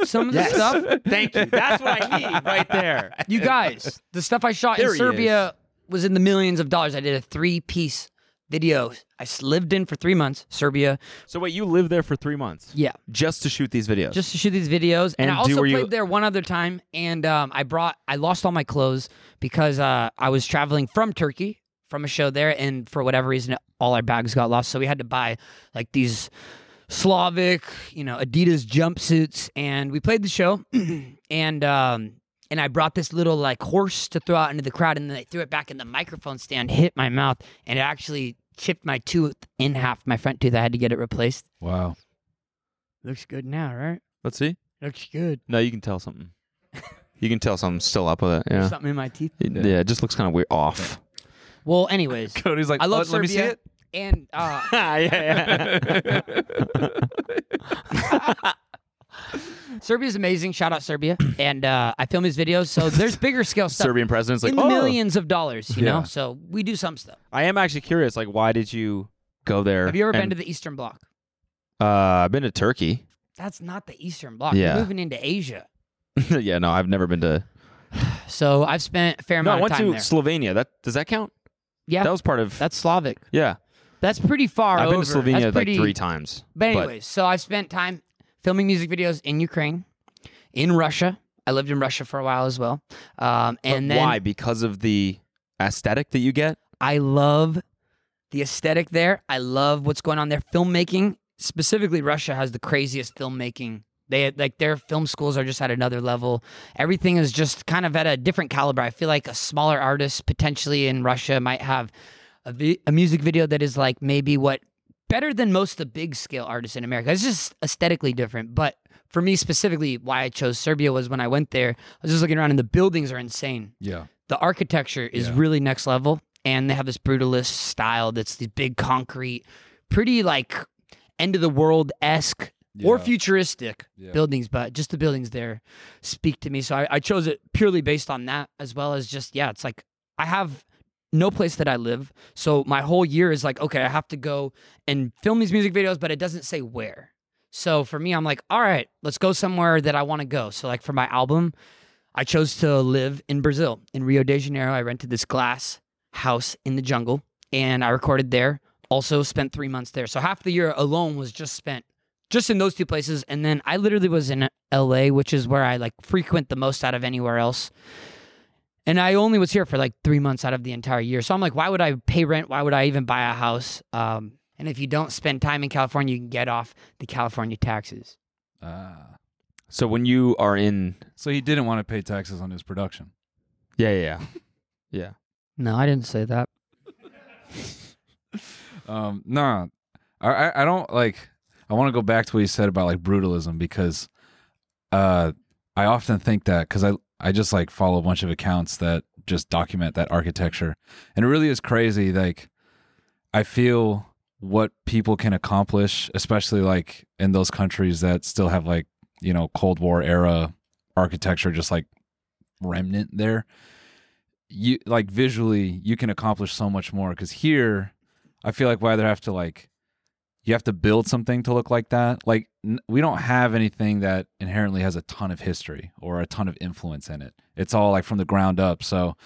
[SPEAKER 3] some of the
[SPEAKER 2] Yes.
[SPEAKER 3] stuff.
[SPEAKER 2] Thank you. That's what I need right there.
[SPEAKER 3] You guys, the stuff I shot
[SPEAKER 2] There
[SPEAKER 3] in
[SPEAKER 2] he
[SPEAKER 3] Serbia was in the millions of dollars. I did a three-piece video. I s- lived in for three months, Serbia.
[SPEAKER 2] So wait, you lived there for three months?
[SPEAKER 3] Yeah.
[SPEAKER 2] Just to shoot these videos.
[SPEAKER 3] just to shoot these videos. And,
[SPEAKER 2] And
[SPEAKER 3] I
[SPEAKER 2] do-
[SPEAKER 3] also
[SPEAKER 2] were
[SPEAKER 3] played
[SPEAKER 2] you-
[SPEAKER 3] there one other time, and um, I brought I lost all my clothes because uh, I was traveling from Turkey from a show there, and for whatever reason, all our bags got lost, so we had to buy like these Slavic, you know, Adidas jumpsuits, and we played the show, and um, and I brought this little like horse to throw out into the crowd, and then I threw it back in the microphone stand, hit my mouth, and it actually chipped my tooth in half, my front tooth. I had to get it replaced.
[SPEAKER 1] Wow.
[SPEAKER 3] Looks good now, right?
[SPEAKER 2] Let's see.
[SPEAKER 3] Looks good.
[SPEAKER 2] No, you can tell something. You can tell something's still up with it. Yeah.
[SPEAKER 3] something in my teeth.
[SPEAKER 2] Yeah, it just looks kind of weird off.
[SPEAKER 3] Well, anyways,
[SPEAKER 1] Cody's like,
[SPEAKER 3] I love
[SPEAKER 2] "Oh,
[SPEAKER 1] "Let- let me see
[SPEAKER 3] Serbia,
[SPEAKER 1] it."
[SPEAKER 3] And uh,
[SPEAKER 2] Ah, yeah,
[SPEAKER 3] Serbia's amazing. Shout out Serbia. And uh, I film his videos, so there's bigger scale stuff.
[SPEAKER 2] Serbian president's like,
[SPEAKER 3] in the
[SPEAKER 2] "Oh."
[SPEAKER 3] millions of dollars, you
[SPEAKER 2] Yeah.
[SPEAKER 3] know. So we do some stuff.
[SPEAKER 2] I am actually curious. Like, why did you go there?
[SPEAKER 3] Have you ever been
[SPEAKER 2] and-
[SPEAKER 3] to the Eastern Bloc?
[SPEAKER 2] Uh, I've been to Turkey.
[SPEAKER 3] That's not the Eastern Bloc.
[SPEAKER 2] Yeah.
[SPEAKER 3] You're moving into Asia.
[SPEAKER 2] yeah, no, I've never been to.
[SPEAKER 3] So I've spent a fair
[SPEAKER 2] no,
[SPEAKER 3] amount
[SPEAKER 2] I went
[SPEAKER 3] of time
[SPEAKER 2] to
[SPEAKER 3] there.
[SPEAKER 2] Slovenia. That does that count?
[SPEAKER 3] yeah,
[SPEAKER 2] That was part of.
[SPEAKER 3] that's Slavic.
[SPEAKER 2] yeah.
[SPEAKER 3] That's pretty far
[SPEAKER 2] I've
[SPEAKER 3] over.
[SPEAKER 2] been to Slovenia
[SPEAKER 3] That's
[SPEAKER 2] like
[SPEAKER 3] pretty-
[SPEAKER 2] three times.
[SPEAKER 3] But anyways, so I've spent time filming music videos in Ukraine, in Russia. I lived in Russia for a while as well. Um, and
[SPEAKER 2] But
[SPEAKER 3] then
[SPEAKER 2] why? Because of the aesthetic that you get.
[SPEAKER 3] I love the aesthetic there. I love what's going on there. Filmmaking, specifically, Russia has the craziest filmmaking. They like their film schools are just at another level. Everything is just kind of at a different caliber. I feel like a smaller artist potentially in Russia might have a, vi- a music video that is like maybe what better than most of the big scale artists in America. It's just aesthetically different. But for me specifically, why I chose Serbia was when I went there, I was just looking around and the buildings are insane
[SPEAKER 1] Yeah.
[SPEAKER 3] the architecture is really next level and they have this brutalist style that's the big concrete pretty like end of the world esque or
[SPEAKER 1] Yeah.
[SPEAKER 3] futuristic
[SPEAKER 1] Yeah.
[SPEAKER 3] buildings but just the buildings there speak to me so I, I chose it purely based on that as well as just yeah it's like i have no place that i live so my whole year is like okay i have to go and film these music videos but it doesn't say where so for me i'm like all right let's go somewhere that i want to go so like for my album I chose to live in Brazil, in Rio de Janeiro. I rented this glass house in the jungle and I recorded there. Also spent three months there. So half the year alone was just spent just in those two places. And then I literally was in LA, which is where I like frequent the most out of anywhere else. And I only was here for like three months out of the entire year. So I'm like, why would I pay rent? Why would I even buy a house? Um, and if you don't spend time in California, you can get off the California taxes.
[SPEAKER 1] Ah.
[SPEAKER 2] So when you are in,
[SPEAKER 1] So he didn't want to pay taxes on his production.
[SPEAKER 2] yeah, yeah, yeah. yeah.
[SPEAKER 3] No, I didn't say that.
[SPEAKER 1] Um, nah, I, I I don't like. I want to go back to what you said about like brutalism because, uh, I often think that because I I just like follow a bunch of accounts that just document that architecture, and it really is crazy. Like, I feel what people can accomplish, especially like in those countries that still have like you know Cold War era architecture, just like remnant there. You like visually, you can accomplish so much more because here. I feel like we either have to like you have to build something to look like that. Like n- we don't have anything that inherently has a ton of history or a ton of influence in it. It's all like from the ground up. So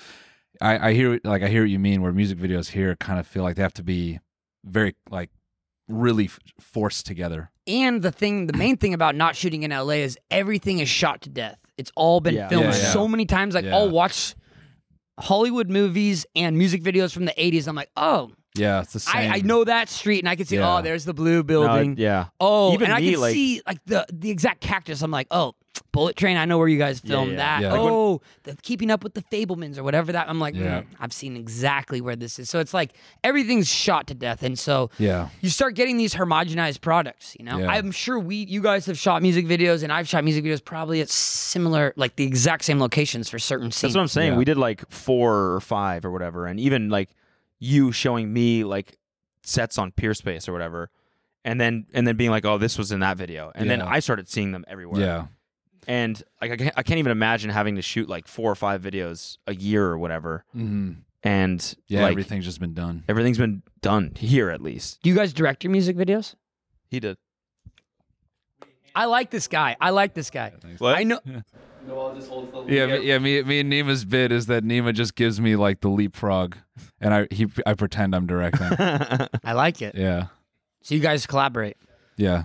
[SPEAKER 1] I, I hear like I hear what you mean. Where music videos here kind of feel like they have to be very like really f- forced together.
[SPEAKER 3] And the thing, the main thing about not shooting in LA is everything is shot to death. It's all been
[SPEAKER 1] Yeah.
[SPEAKER 3] filmed
[SPEAKER 1] Yeah, yeah.
[SPEAKER 3] so many times. Like
[SPEAKER 1] Yeah.
[SPEAKER 3] I'll watch Hollywood movies and music videos from the 80s. I'm like, oh,
[SPEAKER 1] Yeah, it's the
[SPEAKER 3] I,
[SPEAKER 1] same.
[SPEAKER 3] I know that street, and I can see,
[SPEAKER 1] Yeah.
[SPEAKER 3] oh, there's the blue
[SPEAKER 2] No,
[SPEAKER 3] building.
[SPEAKER 2] yeah.
[SPEAKER 3] Oh,
[SPEAKER 2] Even
[SPEAKER 3] and I
[SPEAKER 2] me,
[SPEAKER 3] can
[SPEAKER 2] like-
[SPEAKER 3] see like the the exact cactus. I'm like, oh, Bullet Train. I know where you guys filmed
[SPEAKER 2] yeah.
[SPEAKER 3] that.
[SPEAKER 1] Yeah. Like when-
[SPEAKER 3] Oh, the Keeping Up with the Fablemans or whatever that. I'm like,
[SPEAKER 1] Yeah.
[SPEAKER 3] mm, I've seen exactly where this is. So it's like everything's shot to death, and so
[SPEAKER 1] Yeah,
[SPEAKER 3] you start getting these homogenized products you know
[SPEAKER 1] Yeah.
[SPEAKER 3] i'm sure we you guys have shot music videos and i've shot music videos probably at similar like the exact same locations for certain scenes
[SPEAKER 2] That's what I'm saying.
[SPEAKER 1] Yeah.
[SPEAKER 2] We did like four or five or whatever, and even like you showing me like sets on Peerspace or whatever, and then and then being like, oh, this was in that video, and then
[SPEAKER 1] Yeah.
[SPEAKER 2] I started seeing them everywhere.
[SPEAKER 1] yeah,
[SPEAKER 2] and like I can't, I can't even imagine having to shoot like four or five videos a year or whatever.
[SPEAKER 1] hmm
[SPEAKER 2] and
[SPEAKER 1] Yeah,
[SPEAKER 2] like,
[SPEAKER 1] everything's just been done.
[SPEAKER 2] Everything's been done here at least.
[SPEAKER 3] Do you guys direct your music videos?
[SPEAKER 2] He did.
[SPEAKER 3] I like this guy. I like this guy. I know.
[SPEAKER 1] Yeah, me- yeah. Me, me and Nima's bid is that Nima just gives me like the leapfrog, and I he I pretend I'm directing.
[SPEAKER 3] I like it.
[SPEAKER 1] yeah,
[SPEAKER 3] So you guys collaborate.
[SPEAKER 1] yeah.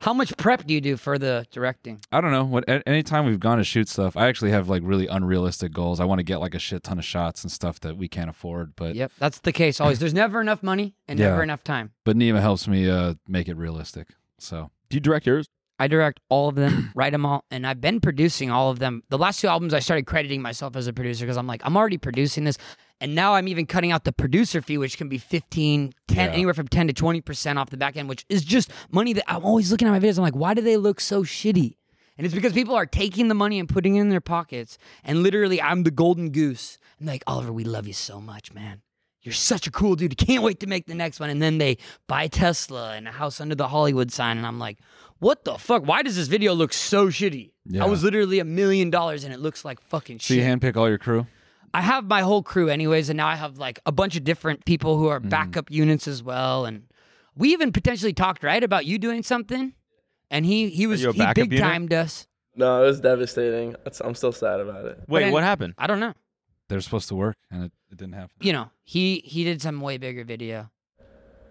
[SPEAKER 3] How much prep do you do for the directing?
[SPEAKER 1] I don't know. What a- anytime we've gone to shoot stuff, I actually have like really unrealistic goals. I want to get like a shit ton of shots and stuff that we can't afford. But
[SPEAKER 3] Yep, that's the case always. There's never enough money and
[SPEAKER 1] Uh, Yeah.
[SPEAKER 3] never enough time.
[SPEAKER 1] But Nima helps me uh make it realistic. So
[SPEAKER 2] do you direct yours?
[SPEAKER 3] I direct all of them, write them all, and I've been producing all of them. The last two albums, I started crediting myself as a producer because I'm like, I'm already producing this, and now I'm even cutting out the producer fee, which can be 15, 10,
[SPEAKER 8] Yeah.
[SPEAKER 3] anywhere from 10 to 20 percent off the back end, which is just money that I'm always looking at my videos. I'm like, why do they look so shitty? And it's because people are taking the money and putting it in their pockets, and literally, I'm the golden goose. I'm like, Oliver, we love you so much, man. You're such a cool dude. Can't wait to make the next one. And then they buy Tesla and a house under the Hollywood sign. And I'm like, what the fuck? Why does this video look so shitty?
[SPEAKER 1] Yeah.
[SPEAKER 3] I was literally a million dollars and it looks like fucking
[SPEAKER 1] so
[SPEAKER 3] shit.
[SPEAKER 1] you handpick all your crew.
[SPEAKER 3] I have my whole crew, anyways. And now I have like a bunch of different people who are
[SPEAKER 2] Mm-hmm.
[SPEAKER 3] backup units as well. And we even potentially talked, right, about you doing something. And he, he was,
[SPEAKER 2] you a
[SPEAKER 3] he
[SPEAKER 2] backup unit?
[SPEAKER 3] big timed us.
[SPEAKER 9] No, it was devastating. That's- I'm still sad about it.
[SPEAKER 3] But I-
[SPEAKER 2] happened?
[SPEAKER 3] I don't know.
[SPEAKER 1] They're supposed to work, and it, it didn't happen.
[SPEAKER 3] You know, he, he did some way bigger video.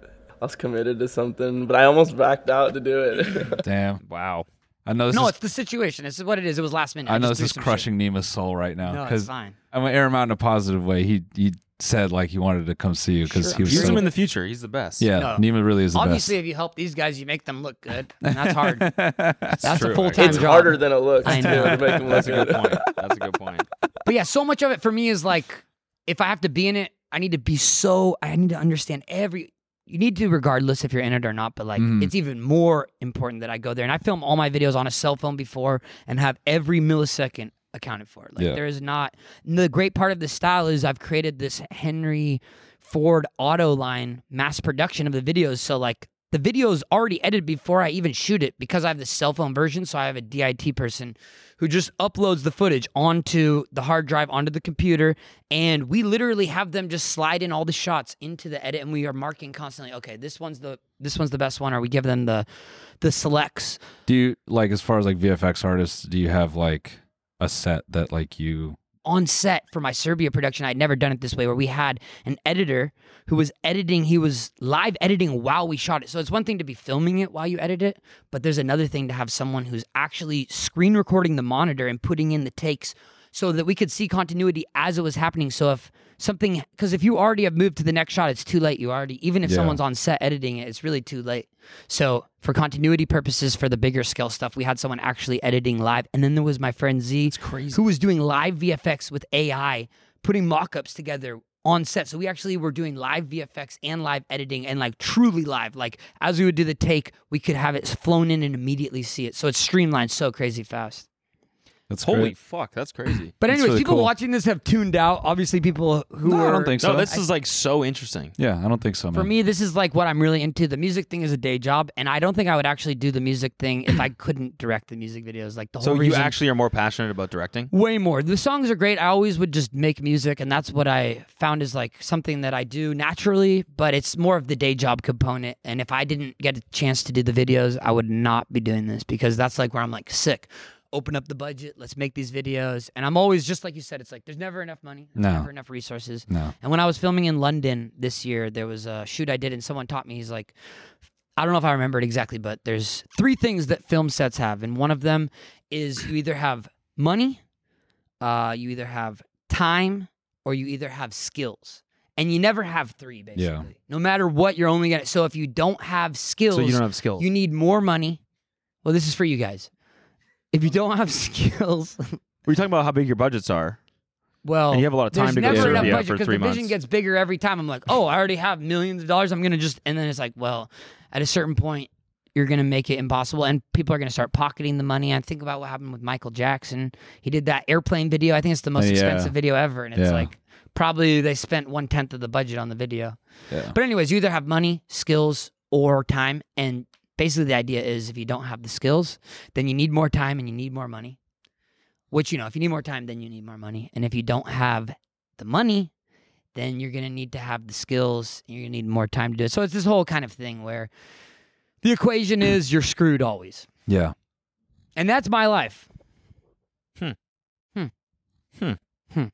[SPEAKER 9] I was committed to something, but I almost backed out to do it.
[SPEAKER 1] Damn.
[SPEAKER 2] Wow.
[SPEAKER 1] I know this
[SPEAKER 3] no,
[SPEAKER 1] is
[SPEAKER 3] it's the situation. This is what it is. It was last minute.
[SPEAKER 1] I know
[SPEAKER 3] just
[SPEAKER 1] this
[SPEAKER 3] threw
[SPEAKER 1] is
[SPEAKER 3] some shit.
[SPEAKER 1] crushing Nima's soul right now.
[SPEAKER 3] No, it's
[SPEAKER 1] 'cause
[SPEAKER 3] fine.
[SPEAKER 1] I'm gonna air him out in a positive way. He he said like he wanted to come see you because
[SPEAKER 2] Sure.
[SPEAKER 1] he was
[SPEAKER 2] Use
[SPEAKER 1] so,
[SPEAKER 2] him in the future. He's the best.
[SPEAKER 1] Yeah,
[SPEAKER 3] No.
[SPEAKER 1] Nima really is the
[SPEAKER 3] Obviously, if you help these guys, you make them look good. And that's hard. that's a
[SPEAKER 1] true,
[SPEAKER 3] full time
[SPEAKER 9] It's
[SPEAKER 3] job.
[SPEAKER 9] harder than it looks.
[SPEAKER 3] I know.
[SPEAKER 9] Too, to make them look
[SPEAKER 2] That's a good
[SPEAKER 9] good.
[SPEAKER 2] point. That's a good point.
[SPEAKER 3] But yeah, so much of it for me is like, if I have to be in it, I need to be so. I need to understand every. You need to, regardless if you're in it or not. But like,
[SPEAKER 1] Mm-hmm.
[SPEAKER 8] Mhm.
[SPEAKER 3] it's even more important that I go there and I film all my videos on a cell phone before and have every millisecond accounted for. Like,
[SPEAKER 8] Yeah.
[SPEAKER 3] there is not. and The great part of the style is I've created this Henry Ford auto line mass production of the videos. So like the video is already edited before I even shoot it because I have the cell phone version. So I have a DIT person who just uploads the footage onto the hard drive, onto the computer. And we literally have them just slide in all the shots into the edit and we are marking constantly, okay, this one's the this one's the best one, or we give them the the selects.
[SPEAKER 1] Do you like as far as like VFX artists? Do you have like a set that like you?
[SPEAKER 3] on set for my Serbia production. I'd never done it this way, where we had an editor who was editing. He was live editing while we shot it. So it's one thing to be filming it while you edit it, but there's another thing to have someone who's actually screen recording the monitor and putting in the takes so that we could see continuity as it was happening. So if something, because if you already have moved to the next shot, it's too late. You already, even if
[SPEAKER 8] Yeah.
[SPEAKER 3] someone's on set editing it, it's really too late. So for continuity purposes, for the bigger scale stuff, we had someone actually editing live, and then there was my friend Z, crazy. who was doing live VFX with AI, putting mock-ups together on set. So we actually were doing live VFX and live editing, and like truly live. Like as we would do the take, we could have it flown in and immediately see it. So it's streamlined so crazy fast.
[SPEAKER 1] That's
[SPEAKER 2] Holy
[SPEAKER 1] great.
[SPEAKER 2] fuck, that's crazy.
[SPEAKER 3] But anyways, people watching this have tuned out. Obviously, people who
[SPEAKER 1] No, I
[SPEAKER 3] are
[SPEAKER 1] don't think so.
[SPEAKER 2] No, this is like so interesting.
[SPEAKER 1] Yeah, I don't think so, man.
[SPEAKER 3] For me, this is like what I'm really into. The music thing is a day job, and I don't think I would actually do the music thing if I couldn't direct the music videos. Like the
[SPEAKER 2] So
[SPEAKER 3] whole
[SPEAKER 2] you
[SPEAKER 3] reason,
[SPEAKER 2] actually are more passionate about directing?
[SPEAKER 3] way more. The songs are great. I always would just make music, and that's what I found is like something that I do naturally. But it's more of the day job component. And if I didn't get a chance to do the videos, I would not be doing this because that's like where I'm like sick. Open up the budget. Let's make these videos. And I'm always just like you said. It's like there's never enough money. There's
[SPEAKER 1] No.
[SPEAKER 3] Never enough resources.
[SPEAKER 1] No.
[SPEAKER 3] And when I was filming in London this year, there was a shoot I did, and someone taught me. He's like, I don't know if I remember it exactly, but there's three things that film sets have, and one of them is you either have money, uh, you either have time, or you either have skills, and you never have three basically.
[SPEAKER 1] yeah.
[SPEAKER 3] No matter what, you're only gonna. So if you don't have skills,
[SPEAKER 2] don't have skills.
[SPEAKER 3] You need more money. Well, this is for you guys. If you don't have skills,
[SPEAKER 2] We're talking about how big your budgets are.
[SPEAKER 3] Well,
[SPEAKER 2] and you have a lot of time
[SPEAKER 3] there's
[SPEAKER 2] to go
[SPEAKER 3] never
[SPEAKER 2] through
[SPEAKER 3] enough
[SPEAKER 2] the
[SPEAKER 3] budget
[SPEAKER 2] effort.
[SPEAKER 3] 'cause
[SPEAKER 2] Three
[SPEAKER 3] the
[SPEAKER 2] months.
[SPEAKER 3] vision gets bigger every time. I'm like, oh, I already have millions of dollars. I'm gonna just, and then it's like, well, at a certain point, you're gonna make it impossible, and people are gonna start pocketing the money. I think about what happened with Michael Jackson. He did that airplane video. I think it's the most
[SPEAKER 1] Yeah.
[SPEAKER 3] expensive video ever, and it's
[SPEAKER 1] Yeah.
[SPEAKER 3] like probably they spent one tenth of the budget on the video.
[SPEAKER 1] Yeah.
[SPEAKER 3] But anyways, you either have money, skills, or time, and basically the idea is if you don't have the skills, then you need more time and you need more money. Which you know, if you need more time, then you need more money, and if you don't have the money, then you're gonna need to have the skills. And you're gonna need more time to do it. So it's this whole kind of thing where the equation is you're screwed always,
[SPEAKER 1] Yeah.
[SPEAKER 3] and that's my life.
[SPEAKER 2] Hmm.
[SPEAKER 3] Hmm.
[SPEAKER 2] Hmm.
[SPEAKER 3] Hmm.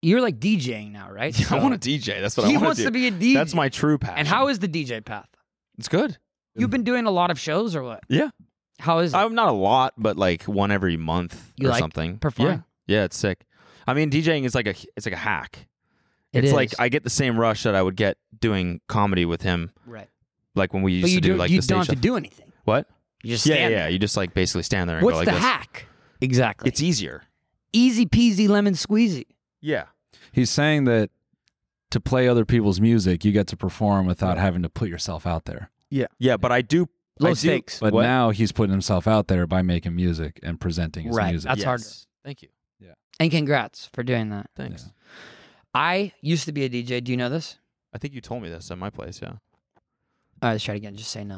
[SPEAKER 3] You're like DJing now, right?
[SPEAKER 2] I
[SPEAKER 3] So-
[SPEAKER 2] want to DJ. That's what
[SPEAKER 3] he
[SPEAKER 2] I want
[SPEAKER 3] wants
[SPEAKER 2] to do.
[SPEAKER 3] to be a DJ.
[SPEAKER 2] That's my true passion.
[SPEAKER 3] And how is the DJ path?
[SPEAKER 2] It's good.
[SPEAKER 3] You've been doing a lot of shows or what?
[SPEAKER 2] Mm. Yeah.
[SPEAKER 3] How is it?
[SPEAKER 2] I'm not a lot, but like one every month
[SPEAKER 3] You
[SPEAKER 2] or
[SPEAKER 3] like
[SPEAKER 2] something.
[SPEAKER 3] performing?
[SPEAKER 2] Yeah. yeah, it's sick. I mean, DJing is like a it's like a hack.
[SPEAKER 3] It
[SPEAKER 2] it's like
[SPEAKER 3] is.
[SPEAKER 2] I get the same rush that I would get doing comedy with him.
[SPEAKER 3] Right.
[SPEAKER 2] Like when we used
[SPEAKER 3] but
[SPEAKER 2] to
[SPEAKER 3] you,
[SPEAKER 2] do
[SPEAKER 3] do,
[SPEAKER 2] like
[SPEAKER 3] you
[SPEAKER 2] the stage
[SPEAKER 3] don't have to
[SPEAKER 2] stuff.
[SPEAKER 3] do anything.
[SPEAKER 2] What?
[SPEAKER 3] You just
[SPEAKER 2] yeah,
[SPEAKER 3] stand
[SPEAKER 2] yeah. You just like basically stand there and
[SPEAKER 3] What's
[SPEAKER 2] go like
[SPEAKER 3] the
[SPEAKER 2] this.
[SPEAKER 3] hack? Exactly.
[SPEAKER 2] It's e-, easier.
[SPEAKER 3] Easy peasy lemon squeezy.
[SPEAKER 2] Yeah.
[SPEAKER 1] He's saying that to play other people's music, you get to perform without having to put yourself out there.
[SPEAKER 4] Yeah.
[SPEAKER 2] Yeah, but I do.
[SPEAKER 3] Low
[SPEAKER 2] I do-
[SPEAKER 3] stakes.
[SPEAKER 1] But
[SPEAKER 2] What?
[SPEAKER 1] now he's putting himself out there by making music and presenting his
[SPEAKER 3] Right,
[SPEAKER 1] music.
[SPEAKER 3] that's harder.
[SPEAKER 2] Thank you.
[SPEAKER 3] And congrats for doing that.
[SPEAKER 2] Thanks.
[SPEAKER 3] I used to be a DJ. Do you know this?
[SPEAKER 2] I think you told me this at my place. Yeah.
[SPEAKER 3] All right, let's try it again. Just say no.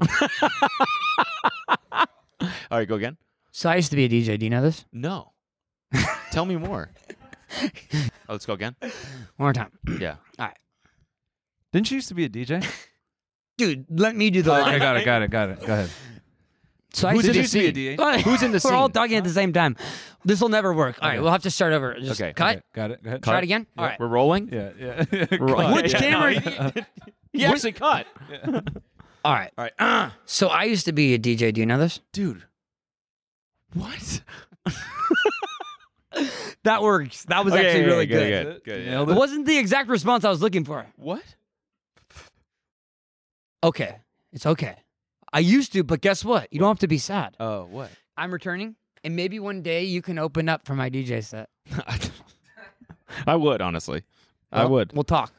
[SPEAKER 2] All right, go again.
[SPEAKER 3] so I used to be a DJ. Do you know this?
[SPEAKER 2] No. Tell me more. oh, let's go again.
[SPEAKER 3] One more time.
[SPEAKER 2] Yeah.
[SPEAKER 3] All right.
[SPEAKER 1] Didn't you used to be a DJ?
[SPEAKER 3] Dude, let me do the
[SPEAKER 1] I
[SPEAKER 3] line.
[SPEAKER 1] got it, got it, got it. Go ahead.
[SPEAKER 3] So
[SPEAKER 1] Who's
[SPEAKER 3] I
[SPEAKER 1] in
[SPEAKER 3] used
[SPEAKER 1] the
[SPEAKER 3] to be
[SPEAKER 1] scene?
[SPEAKER 3] a DJ.
[SPEAKER 2] Who's in the
[SPEAKER 3] We're all
[SPEAKER 2] scene?
[SPEAKER 3] talking at the same time. This will never work. All right, we'll have to start over. Just
[SPEAKER 2] Okay,
[SPEAKER 3] cut.
[SPEAKER 1] Okay, got it. Go ahead.
[SPEAKER 3] Try it again. All right.
[SPEAKER 2] We're rolling.
[SPEAKER 1] Yeah, yeah.
[SPEAKER 2] We're rolling.
[SPEAKER 3] Which
[SPEAKER 2] Yeah, Uh,
[SPEAKER 3] camera?
[SPEAKER 2] no, he- he actually cut.
[SPEAKER 3] All right.
[SPEAKER 2] All right. Uh,
[SPEAKER 3] So I used to be a DJ. Do you know this?
[SPEAKER 2] dude. What?
[SPEAKER 3] That works. That was
[SPEAKER 2] Okay,
[SPEAKER 3] actually
[SPEAKER 2] yeah,
[SPEAKER 3] really
[SPEAKER 2] yeah,
[SPEAKER 3] good.
[SPEAKER 2] yeah, good, good, yeah.
[SPEAKER 1] Nailed
[SPEAKER 3] It
[SPEAKER 1] it.
[SPEAKER 3] wasn't the exact response I was looking for.
[SPEAKER 2] What?
[SPEAKER 3] Okay. It's okay. I used to, but guess what? You don't have to be sad.
[SPEAKER 2] Oh, what?
[SPEAKER 3] I'm returning, and maybe one day you can open up for my DJ set.
[SPEAKER 2] I would honestly. I
[SPEAKER 3] Well,
[SPEAKER 2] would.
[SPEAKER 3] We'll talk.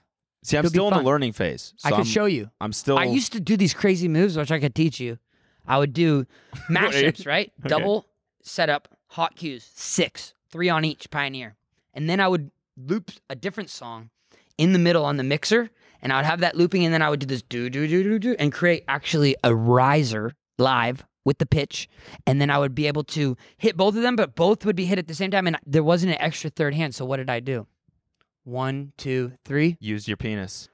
[SPEAKER 2] See, I'm
[SPEAKER 3] it'll be
[SPEAKER 2] still in the
[SPEAKER 3] fun.
[SPEAKER 2] learning phase.
[SPEAKER 3] I
[SPEAKER 2] so
[SPEAKER 3] could
[SPEAKER 2] I'm-
[SPEAKER 3] show you.
[SPEAKER 2] I'm still.
[SPEAKER 3] I used to do these crazy moves, which I could teach you. I would do mashups, right? Double setup, hot cues, six, three on each, Pioneer. And then I would loop a different song in the middle on the mixer, and I would have that looping, and then I would do this do, do, do, do, do, and create actually a riser live with the pitch. And then I would be able to hit both of them, but both would be hit at the same time, and there wasn't an extra third hand. So what did I do? One, two, three.
[SPEAKER 2] use your penis.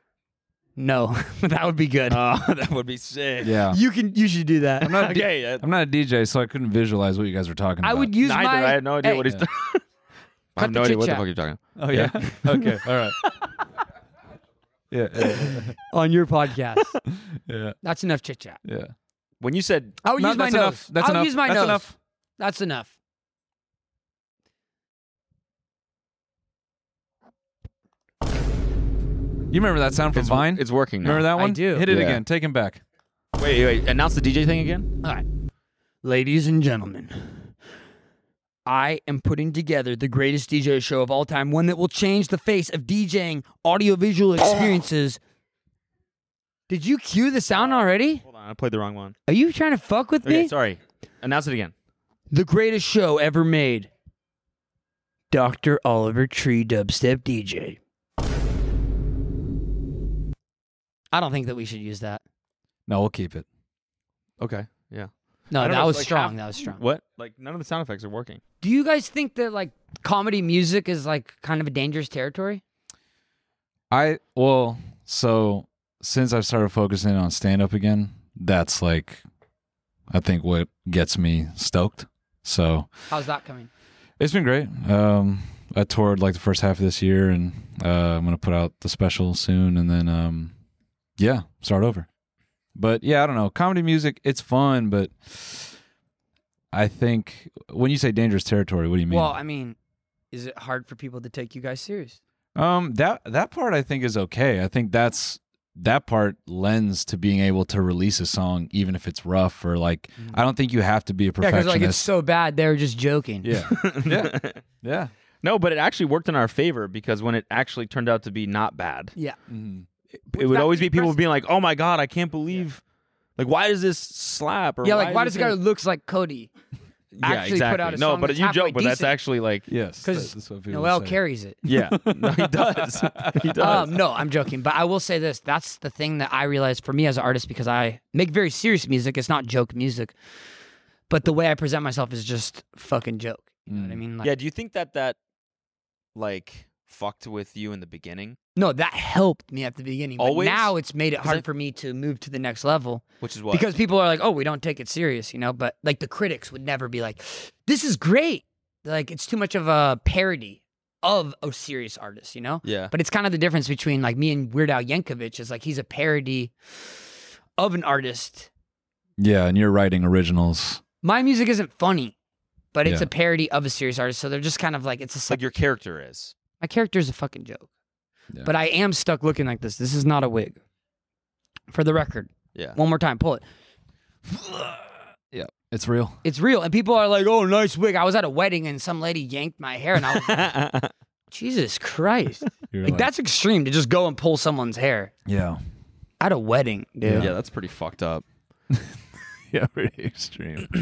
[SPEAKER 3] No, that would be good.
[SPEAKER 2] Oh, that would be sick.
[SPEAKER 1] Yeah.
[SPEAKER 3] you can, you should do that.
[SPEAKER 1] I'm not a D-
[SPEAKER 2] Okay. uh,
[SPEAKER 1] I'm not a DJ, so I couldn't visualize what you guys were talking
[SPEAKER 3] I
[SPEAKER 1] about.
[SPEAKER 3] would use
[SPEAKER 2] neither.
[SPEAKER 3] my.
[SPEAKER 2] I had no idea
[SPEAKER 3] Hey,
[SPEAKER 2] what he's.
[SPEAKER 1] Yeah.
[SPEAKER 2] I have
[SPEAKER 3] the
[SPEAKER 2] no idea what the
[SPEAKER 3] chit-chat.
[SPEAKER 2] fuck you're talking.
[SPEAKER 1] Oh yeah. okay. All right. Yeah. Yeah.
[SPEAKER 3] on your podcast.
[SPEAKER 1] Yeah.
[SPEAKER 3] that's enough chit chat.
[SPEAKER 1] yeah.
[SPEAKER 2] When you said
[SPEAKER 3] I would
[SPEAKER 1] No,
[SPEAKER 3] use my
[SPEAKER 1] that's
[SPEAKER 3] nose.
[SPEAKER 1] enough. That's
[SPEAKER 3] I would
[SPEAKER 1] enough.
[SPEAKER 3] use my
[SPEAKER 1] That's
[SPEAKER 3] nose.
[SPEAKER 1] enough.
[SPEAKER 3] That's enough.
[SPEAKER 1] You remember that sound from
[SPEAKER 2] it's,
[SPEAKER 1] Vine?
[SPEAKER 2] it's working. Now.
[SPEAKER 1] remember that
[SPEAKER 3] I
[SPEAKER 1] one?
[SPEAKER 3] do.
[SPEAKER 1] Hit it
[SPEAKER 2] Yeah.
[SPEAKER 1] again. Take him back.
[SPEAKER 2] Wait, wait. Announce the DJ thing again.
[SPEAKER 3] All right, ladies and gentlemen, I am putting together the greatest DJ show of all time, one that will change the face of DJing audiovisual experiences. Did you cue the sound already?
[SPEAKER 2] Hold on, I played the wrong one.
[SPEAKER 3] Are you trying to fuck with
[SPEAKER 2] Okay,
[SPEAKER 3] me?
[SPEAKER 2] sorry. Announce it again.
[SPEAKER 3] The greatest show ever made. Dr. Oliver Tree Dubstep DJ. I don't think that we should use that.
[SPEAKER 1] No, we'll keep it.
[SPEAKER 2] Okay. Yeah. I
[SPEAKER 3] No,
[SPEAKER 2] don't
[SPEAKER 3] Uh, that
[SPEAKER 2] know,
[SPEAKER 3] was
[SPEAKER 2] it's like
[SPEAKER 3] strong.
[SPEAKER 2] half-
[SPEAKER 3] That was strong.
[SPEAKER 2] What? Like none of the sound effects are working.
[SPEAKER 3] Do you guys think that like comedy music is like kind of a dangerous territory?
[SPEAKER 1] I well, so since I've started focusing on stand up again, that's like I think what gets me stoked. So
[SPEAKER 3] How's that coming?
[SPEAKER 1] It's been great. Um, I toured like the first half of this year, and uh, I'm gonna put out the special soon, and then um, yeah, start over. But yeah, I don't know. Comedy music, it's fun, but I think when you say dangerous territory, what do you mean?
[SPEAKER 3] Well, I mean, is it hard for people to take you guys serious?
[SPEAKER 1] um, that that part I think is okay. I think that's that part lends to being able to release a song, even if it's rough or like. I don't think you have to be a
[SPEAKER 3] Mm. Yeah, because
[SPEAKER 1] perfectionist.
[SPEAKER 3] like it's so bad, they were just joking.
[SPEAKER 1] yeah, yeah, yeah.
[SPEAKER 2] No, but it actually worked in our favor because when it actually turned out to be not bad,
[SPEAKER 3] Yeah.
[SPEAKER 1] Mm-hmm.
[SPEAKER 2] it, it would always be people being like, "Oh my god, I can't believe, like, why does this slap?" Or
[SPEAKER 3] yeah, like why does
[SPEAKER 2] this
[SPEAKER 3] the guy who
[SPEAKER 2] thing-"
[SPEAKER 3] looks like Cody
[SPEAKER 2] Yeah,
[SPEAKER 3] actually
[SPEAKER 2] exactly.
[SPEAKER 3] put out a
[SPEAKER 2] no,
[SPEAKER 3] song
[SPEAKER 2] but
[SPEAKER 3] that's
[SPEAKER 2] you
[SPEAKER 3] halfway
[SPEAKER 2] joke, but that's
[SPEAKER 3] decent?
[SPEAKER 2] actually like
[SPEAKER 1] yes,
[SPEAKER 3] because Noel carries it.
[SPEAKER 2] Yeah, no, he does. he does.
[SPEAKER 3] Um, no, I'm joking. But I will say this: that's the thing that I realized for me as an artist because I make very serious music. It's not joke music, but the way I present myself is just fucking joke. You know what I mean? Like,
[SPEAKER 2] Mm. yeah. Do you think that that like fucked with you in the beginning,
[SPEAKER 3] No, that helped me at the beginning. but
[SPEAKER 2] Always?
[SPEAKER 3] now it's made it
[SPEAKER 2] 'Cause
[SPEAKER 3] hard
[SPEAKER 2] I-
[SPEAKER 3] for me to move to the next level
[SPEAKER 2] which is what
[SPEAKER 3] because people are like, "Oh, we don't take it serious," you know. But like the critics would never be like, "This is great." Like it's too much of a parody of a serious artist, you know.
[SPEAKER 2] Yeah.
[SPEAKER 3] But it's kind of the difference between like me and Weird Al Yankovic is like he's a parody of an artist
[SPEAKER 1] Yeah, and you're writing originals.
[SPEAKER 3] my music isn't funny, but it's
[SPEAKER 1] Yeah.
[SPEAKER 3] a parody of a serious artist. So they're just kind of like it's a sec-
[SPEAKER 2] like your character is.
[SPEAKER 3] my character is a fucking joke. But I am stuck looking like this. This is not a wig. For the record,
[SPEAKER 2] Yeah.
[SPEAKER 3] one more time, pull it.
[SPEAKER 1] Yeah, it's real.
[SPEAKER 3] It's real, and people are like, "Oh, nice wig." I was at a wedding and some lady yanked my hair, and I was like, "Jesus Christ!"
[SPEAKER 1] You're
[SPEAKER 3] like,
[SPEAKER 1] like-
[SPEAKER 3] that's extreme to just go and pull someone's hair
[SPEAKER 1] Yeah.
[SPEAKER 3] at a wedding, dude.
[SPEAKER 2] yeah, that's pretty fucked up.
[SPEAKER 1] yeah, pretty extreme.
[SPEAKER 3] But-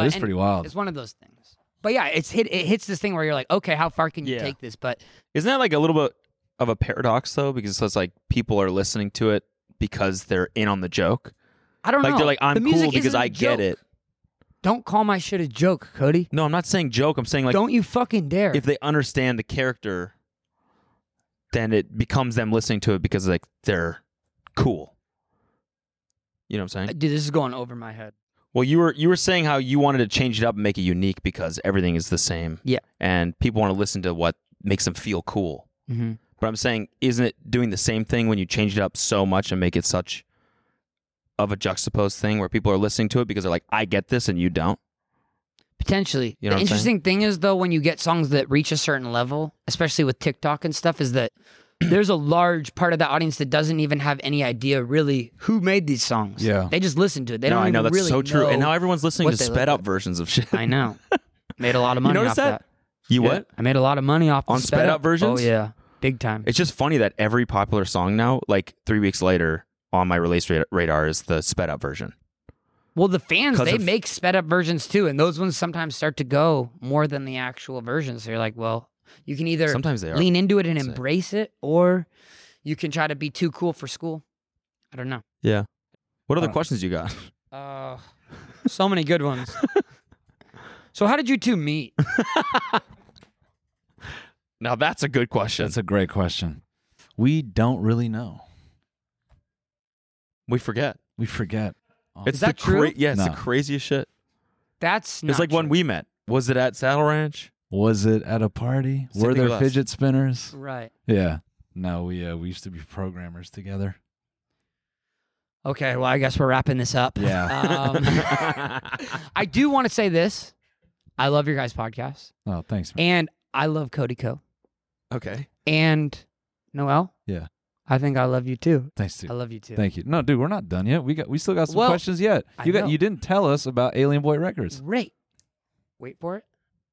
[SPEAKER 1] that is
[SPEAKER 3] and
[SPEAKER 1] pretty wild.
[SPEAKER 3] It's one of those things. But yeah, it's hit. It hits this thing where you're like, "Okay, how far can you
[SPEAKER 2] Yeah.
[SPEAKER 3] take this?" But
[SPEAKER 2] Isn't that like a little bit of a paradox though? Because it's like people are listening to it because they're in on the joke.
[SPEAKER 3] I don't
[SPEAKER 2] like
[SPEAKER 3] know.
[SPEAKER 2] they're like,
[SPEAKER 3] The
[SPEAKER 2] I'm
[SPEAKER 3] music
[SPEAKER 2] cool because
[SPEAKER 3] isn't a
[SPEAKER 2] I get
[SPEAKER 3] joke.
[SPEAKER 2] it.
[SPEAKER 3] Don't call my shit a joke, Cody.
[SPEAKER 2] No, I'm not saying joke. I'm saying like
[SPEAKER 3] Don't you fucking dare.
[SPEAKER 2] if they understand the character, then it becomes them listening to it because like they're cool. You know what I'm saying?
[SPEAKER 3] Uh, Dude, this is going over my head.
[SPEAKER 2] Well, you were you were saying how you wanted to change it up and make it unique because everything is the same.
[SPEAKER 3] Yeah.
[SPEAKER 2] And people want to listen to what makes them feel cool.
[SPEAKER 3] Mm-hmm.
[SPEAKER 2] But I'm saying, isn't it doing the same thing when you change it up so much and make it such of a juxtaposed thing where people are listening to it because they're like, I get this and you don't?
[SPEAKER 3] Potentially.
[SPEAKER 2] You know what
[SPEAKER 3] the
[SPEAKER 2] I'm saying?
[SPEAKER 3] interesting thing is though, when you get songs that reach a certain level, especially with TikTok and stuff, is that there's a large part of the audience that doesn't even have any idea really who made these songs.
[SPEAKER 1] Yeah.
[SPEAKER 3] They just listen to it. They
[SPEAKER 2] no,
[SPEAKER 3] don't
[SPEAKER 2] I know
[SPEAKER 3] even
[SPEAKER 2] that's
[SPEAKER 3] really
[SPEAKER 2] so true. And
[SPEAKER 3] know
[SPEAKER 2] now everyone's listening
[SPEAKER 3] what
[SPEAKER 2] to
[SPEAKER 3] they
[SPEAKER 2] sped
[SPEAKER 3] look
[SPEAKER 2] up versions of shit.
[SPEAKER 3] like. I know. Made a lot of
[SPEAKER 2] You
[SPEAKER 3] money
[SPEAKER 2] notice
[SPEAKER 3] off
[SPEAKER 2] that?
[SPEAKER 3] that?
[SPEAKER 2] You
[SPEAKER 3] Yeah.
[SPEAKER 2] what?
[SPEAKER 3] I made a lot of money off
[SPEAKER 2] On
[SPEAKER 3] of
[SPEAKER 2] sped up versions?
[SPEAKER 3] Oh yeah. Big time.
[SPEAKER 2] It's just funny that every popular song now, like three weeks later on my release rad- radar, is the sped up version.
[SPEAKER 3] Well, the fans
[SPEAKER 2] 'Cause
[SPEAKER 3] they
[SPEAKER 2] of-
[SPEAKER 3] make sped up versions too, and those ones sometimes start to go more than the actual versions. So you're like, well, you can either
[SPEAKER 2] Sometimes they are.
[SPEAKER 3] lean into it and
[SPEAKER 2] That's it.
[SPEAKER 3] embrace it, or you can try to be too cool for school. I don't know.
[SPEAKER 2] Yeah. What other
[SPEAKER 1] don't-
[SPEAKER 2] questions you got?
[SPEAKER 3] Uh, so many good ones. so how did you two meet?
[SPEAKER 2] Now that's a good question.
[SPEAKER 1] That's a great question. We don't really know.
[SPEAKER 2] we forget.
[SPEAKER 1] We forget.
[SPEAKER 2] It's
[SPEAKER 3] that
[SPEAKER 2] the cra-
[SPEAKER 3] true?
[SPEAKER 2] yeah, it's
[SPEAKER 1] No.
[SPEAKER 2] the craziest shit.
[SPEAKER 3] That's not
[SPEAKER 2] it's like when
[SPEAKER 3] true.
[SPEAKER 2] we met. Was it at Saddle Ranch?
[SPEAKER 1] Was it at a party?
[SPEAKER 2] Same
[SPEAKER 1] Were
[SPEAKER 2] thing with
[SPEAKER 1] there
[SPEAKER 2] us.
[SPEAKER 1] fidget spinners?
[SPEAKER 3] right.
[SPEAKER 1] Yeah. No, we uh, we used to be programmers together.
[SPEAKER 3] Okay, well, I guess we're wrapping this up.
[SPEAKER 1] Yeah.
[SPEAKER 3] Um, I do want to say this. I love your guys' podcast,
[SPEAKER 1] Oh, thanks, man.
[SPEAKER 3] and I love Cody Co.
[SPEAKER 2] okay.
[SPEAKER 3] and Noel.
[SPEAKER 1] Yeah.
[SPEAKER 3] I think I love you too.
[SPEAKER 1] Thanks, dude.
[SPEAKER 3] I love you too.
[SPEAKER 1] Thank you. No, dude, we're not done yet. We got we still got some
[SPEAKER 3] Well,
[SPEAKER 1] questions yet.
[SPEAKER 3] I
[SPEAKER 1] You
[SPEAKER 3] know.
[SPEAKER 1] got you didn't tell us about Alien Boy Records.
[SPEAKER 3] Great. Wait for it.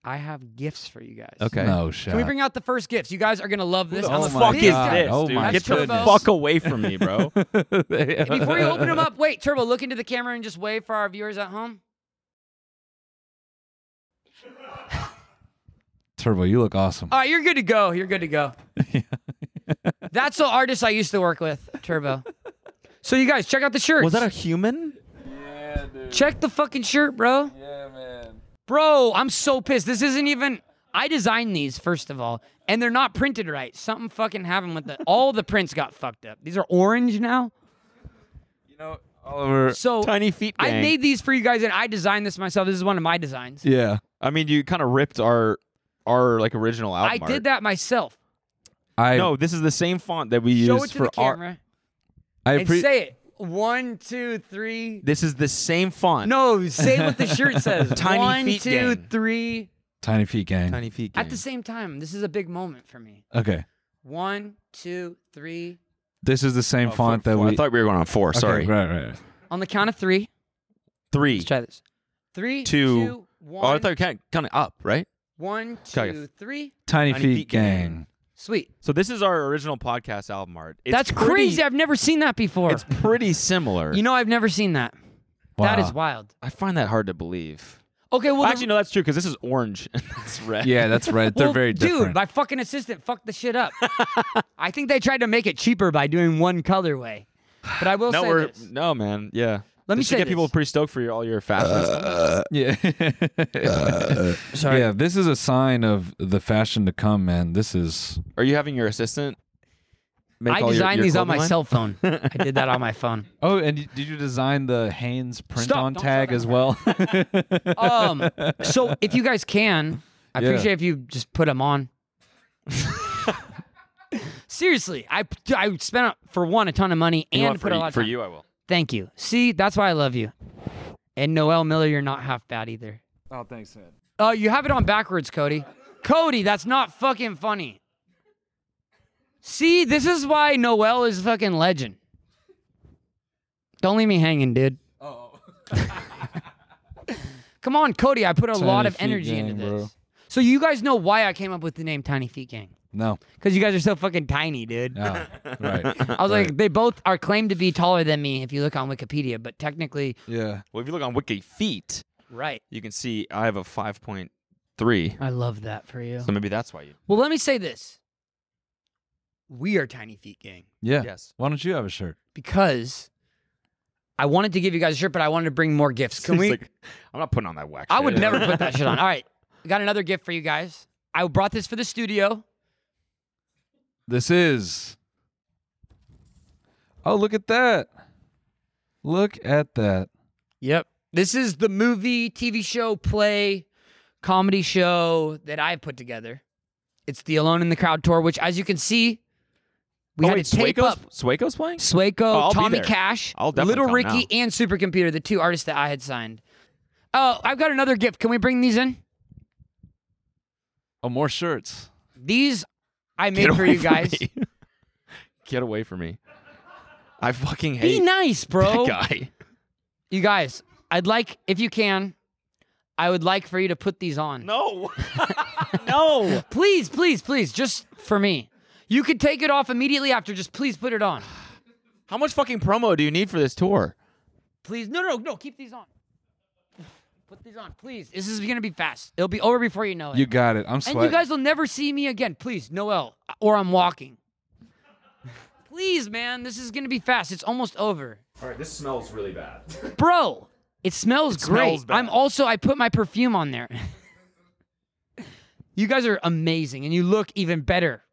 [SPEAKER 3] I have gifts for you guys.
[SPEAKER 2] Okay.
[SPEAKER 1] No shot.
[SPEAKER 3] Can we bring out the first gifts? You guys are gonna love this.
[SPEAKER 1] the
[SPEAKER 3] I'm a
[SPEAKER 1] fuck
[SPEAKER 3] big
[SPEAKER 1] is God.
[SPEAKER 3] fan.
[SPEAKER 1] this, Oh dude? my
[SPEAKER 2] Get the
[SPEAKER 3] goodness.
[SPEAKER 2] fuck away from me, bro.
[SPEAKER 3] And before you open them up, wait, Turbo, look into the camera and just wave for our viewers at home.
[SPEAKER 1] Turbo, you look awesome.
[SPEAKER 3] All right, you're good to go. You're good to go. That's the artist I used to work with, Turbo. So you guys check out the shirts.
[SPEAKER 2] Was that a human?
[SPEAKER 3] check the fucking shirt, bro? Yeah, man. Bro, I'm so pissed. This isn't even. I designed these first of all, and they're not printed right. Something fucking happened with the. All the prints got fucked up. These are orange now.
[SPEAKER 1] Oliver.
[SPEAKER 3] So
[SPEAKER 2] Tiny feet.
[SPEAKER 3] I
[SPEAKER 2] gang.
[SPEAKER 3] made these for you guys, and I designed this myself. This is one of my designs.
[SPEAKER 1] Yeah.
[SPEAKER 2] I mean, you kind of ripped our our like original
[SPEAKER 3] I
[SPEAKER 2] album. art.
[SPEAKER 3] did that myself.
[SPEAKER 1] I
[SPEAKER 2] No, this is the same font that we
[SPEAKER 3] Show
[SPEAKER 2] used
[SPEAKER 3] it to
[SPEAKER 2] for
[SPEAKER 3] the
[SPEAKER 2] our.
[SPEAKER 3] camera
[SPEAKER 1] I
[SPEAKER 3] and
[SPEAKER 1] appre-
[SPEAKER 3] say it. One, two, three.
[SPEAKER 2] This is the same font.
[SPEAKER 3] No, say what the shirt says.
[SPEAKER 2] Tiny
[SPEAKER 3] One,
[SPEAKER 2] feet
[SPEAKER 3] two,
[SPEAKER 2] gang.
[SPEAKER 3] three.
[SPEAKER 1] Tiny Feet Gang.
[SPEAKER 2] tiny feet. Gang.
[SPEAKER 3] At the same time, this is a big moment for me.
[SPEAKER 1] okay.
[SPEAKER 3] One, two, three.
[SPEAKER 1] This is the same
[SPEAKER 2] Oh,
[SPEAKER 1] font
[SPEAKER 2] four-
[SPEAKER 1] that
[SPEAKER 2] four.
[SPEAKER 1] we
[SPEAKER 2] I thought we were going on four.
[SPEAKER 1] Okay,
[SPEAKER 2] Sorry,
[SPEAKER 1] Right, right, right.
[SPEAKER 3] On the count of three.
[SPEAKER 2] three.
[SPEAKER 3] Let's try this. Three,
[SPEAKER 2] Two.
[SPEAKER 3] two, one.
[SPEAKER 2] Oh, I thought you kind of up, right?
[SPEAKER 3] One,
[SPEAKER 2] Gotta
[SPEAKER 3] two,
[SPEAKER 2] get-
[SPEAKER 3] three.
[SPEAKER 1] Tiny Feet Gang.
[SPEAKER 3] Sweet.
[SPEAKER 2] So this is our original podcast album art. It's
[SPEAKER 3] That's
[SPEAKER 2] pretty-
[SPEAKER 3] crazy. I've never seen that before.
[SPEAKER 2] It's pretty similar.
[SPEAKER 3] you know, I've never seen that. That
[SPEAKER 2] Wow.
[SPEAKER 3] is wild.
[SPEAKER 2] I find that hard to believe.
[SPEAKER 3] Okay, well, the-
[SPEAKER 2] actually, no, that's true because this is orange and that's red.
[SPEAKER 1] Yeah, that's right. They're
[SPEAKER 3] Well,
[SPEAKER 1] very
[SPEAKER 3] Dude,
[SPEAKER 1] different.
[SPEAKER 3] my fucking assistant fucked the shit up. I think they tried to make it cheaper by doing one colorway. But I will
[SPEAKER 2] no,
[SPEAKER 3] say
[SPEAKER 2] we're
[SPEAKER 3] this.
[SPEAKER 2] no man. Yeah,
[SPEAKER 3] Let me
[SPEAKER 2] This should
[SPEAKER 3] say
[SPEAKER 2] get people
[SPEAKER 3] this. Uh.
[SPEAKER 2] pretty stoked for your, all your fashion.
[SPEAKER 1] yeah. Uh,
[SPEAKER 2] Sorry.
[SPEAKER 1] Yeah, this is a sign of the fashion to come, man. This is.
[SPEAKER 2] Are you having your assistant? Make
[SPEAKER 3] I
[SPEAKER 2] all your-
[SPEAKER 3] designed
[SPEAKER 2] your
[SPEAKER 3] these on
[SPEAKER 2] clothing
[SPEAKER 3] my
[SPEAKER 2] line?
[SPEAKER 3] cell phone. I did that on my phone.
[SPEAKER 1] Oh, and y- did you design the Hanes print
[SPEAKER 3] Stop,
[SPEAKER 1] on
[SPEAKER 3] don't
[SPEAKER 1] tag as well?
[SPEAKER 3] Um, so if you guys can, I
[SPEAKER 1] Yeah.
[SPEAKER 3] appreciate if you just put them on. Seriously, I I spent for one a ton of money
[SPEAKER 2] You know
[SPEAKER 3] and
[SPEAKER 2] what,
[SPEAKER 3] put
[SPEAKER 2] for
[SPEAKER 3] a
[SPEAKER 2] you-
[SPEAKER 3] lot of
[SPEAKER 2] for
[SPEAKER 3] time.
[SPEAKER 2] you, I will.
[SPEAKER 3] Thank you. See, that's why I love you. And Noel Miller, you're not half bad either.
[SPEAKER 1] oh, thanks, man.
[SPEAKER 3] Oh, you have it on backwards, Cody. Cody, that's not fucking funny. See, this is why Noel is fucking legend. Don't leave me hanging, dude. Oh. Come on, Cody. I put a lot
[SPEAKER 1] Tiny
[SPEAKER 3] of
[SPEAKER 1] Feet
[SPEAKER 3] energy into
[SPEAKER 1] Gang,
[SPEAKER 3] this.
[SPEAKER 1] bro.
[SPEAKER 3] So you guys know why I came up with the name Tiny Feet Gang.
[SPEAKER 1] No.
[SPEAKER 3] Because you guys are so fucking tiny, dude.
[SPEAKER 1] No. Right.
[SPEAKER 3] I was like, they both are claimed to be taller than me if you look on Wikipedia, but technically,
[SPEAKER 1] Yeah.
[SPEAKER 2] Well, if you look on Wiki Feet,
[SPEAKER 3] right.
[SPEAKER 2] you can see I have a five point three.
[SPEAKER 3] I love that for you.
[SPEAKER 2] So maybe that's why you.
[SPEAKER 3] Well, let me say this. We are Tiny Feet Gang
[SPEAKER 1] Yeah.
[SPEAKER 2] Yes.
[SPEAKER 1] Why don't you have a shirt?
[SPEAKER 3] because I wanted to give you guys a shirt, but I wanted to bring more gifts. Can
[SPEAKER 2] It's
[SPEAKER 3] we?
[SPEAKER 2] like, I'm not putting on that wax.
[SPEAKER 3] I would never put that shit on. All right. Got another gift for you guys. I brought this for the studio.
[SPEAKER 1] This is. Oh, look at that. Look at that.
[SPEAKER 3] Yep. This is the movie, TV show, play, comedy show that I put together. It's the Alone in the Crowd tour, which, as you can see, we
[SPEAKER 2] oh,
[SPEAKER 3] had
[SPEAKER 2] wait,
[SPEAKER 3] to tape
[SPEAKER 2] Swako's,
[SPEAKER 3] up
[SPEAKER 2] Swako's playing.
[SPEAKER 3] Swaco,
[SPEAKER 2] Oh, I'll be
[SPEAKER 3] Tommy
[SPEAKER 2] there.
[SPEAKER 3] Cash,
[SPEAKER 2] I'll definitely
[SPEAKER 3] Little
[SPEAKER 2] come
[SPEAKER 3] Ricky,
[SPEAKER 2] now.
[SPEAKER 3] and Supercomputer, the two artists that I had signed. Oh, I've got another gift. Can we bring these in?
[SPEAKER 1] Oh, more shirts.
[SPEAKER 3] These I
[SPEAKER 2] Get
[SPEAKER 3] made for
[SPEAKER 2] away
[SPEAKER 3] you
[SPEAKER 2] from
[SPEAKER 3] guys.
[SPEAKER 2] me. Get away from me. I fucking
[SPEAKER 3] Be
[SPEAKER 2] hate
[SPEAKER 3] nice, bro.
[SPEAKER 2] that guy.
[SPEAKER 3] You guys, I'd like, if you can, I would like for you to put these on.
[SPEAKER 2] No. no.
[SPEAKER 3] Please, please, please, just for me. You could take it off immediately after, just please put it on.
[SPEAKER 2] How much fucking promo do you need for this tour?
[SPEAKER 3] Please, no, no, no, keep these on. Put these on, please. This is gonna be fast. It'll be over before you know it.
[SPEAKER 1] You got it. I'm
[SPEAKER 3] and
[SPEAKER 1] sweating.
[SPEAKER 3] you guys will never see me again, please, Noel, or I'm walking. Please, man, this is gonna be fast. It's almost over.
[SPEAKER 2] All right, this smells really bad.
[SPEAKER 3] Bro, it smells great.
[SPEAKER 2] smells bad.
[SPEAKER 3] I'm also I put my perfume on there. you guys are amazing and you look even better.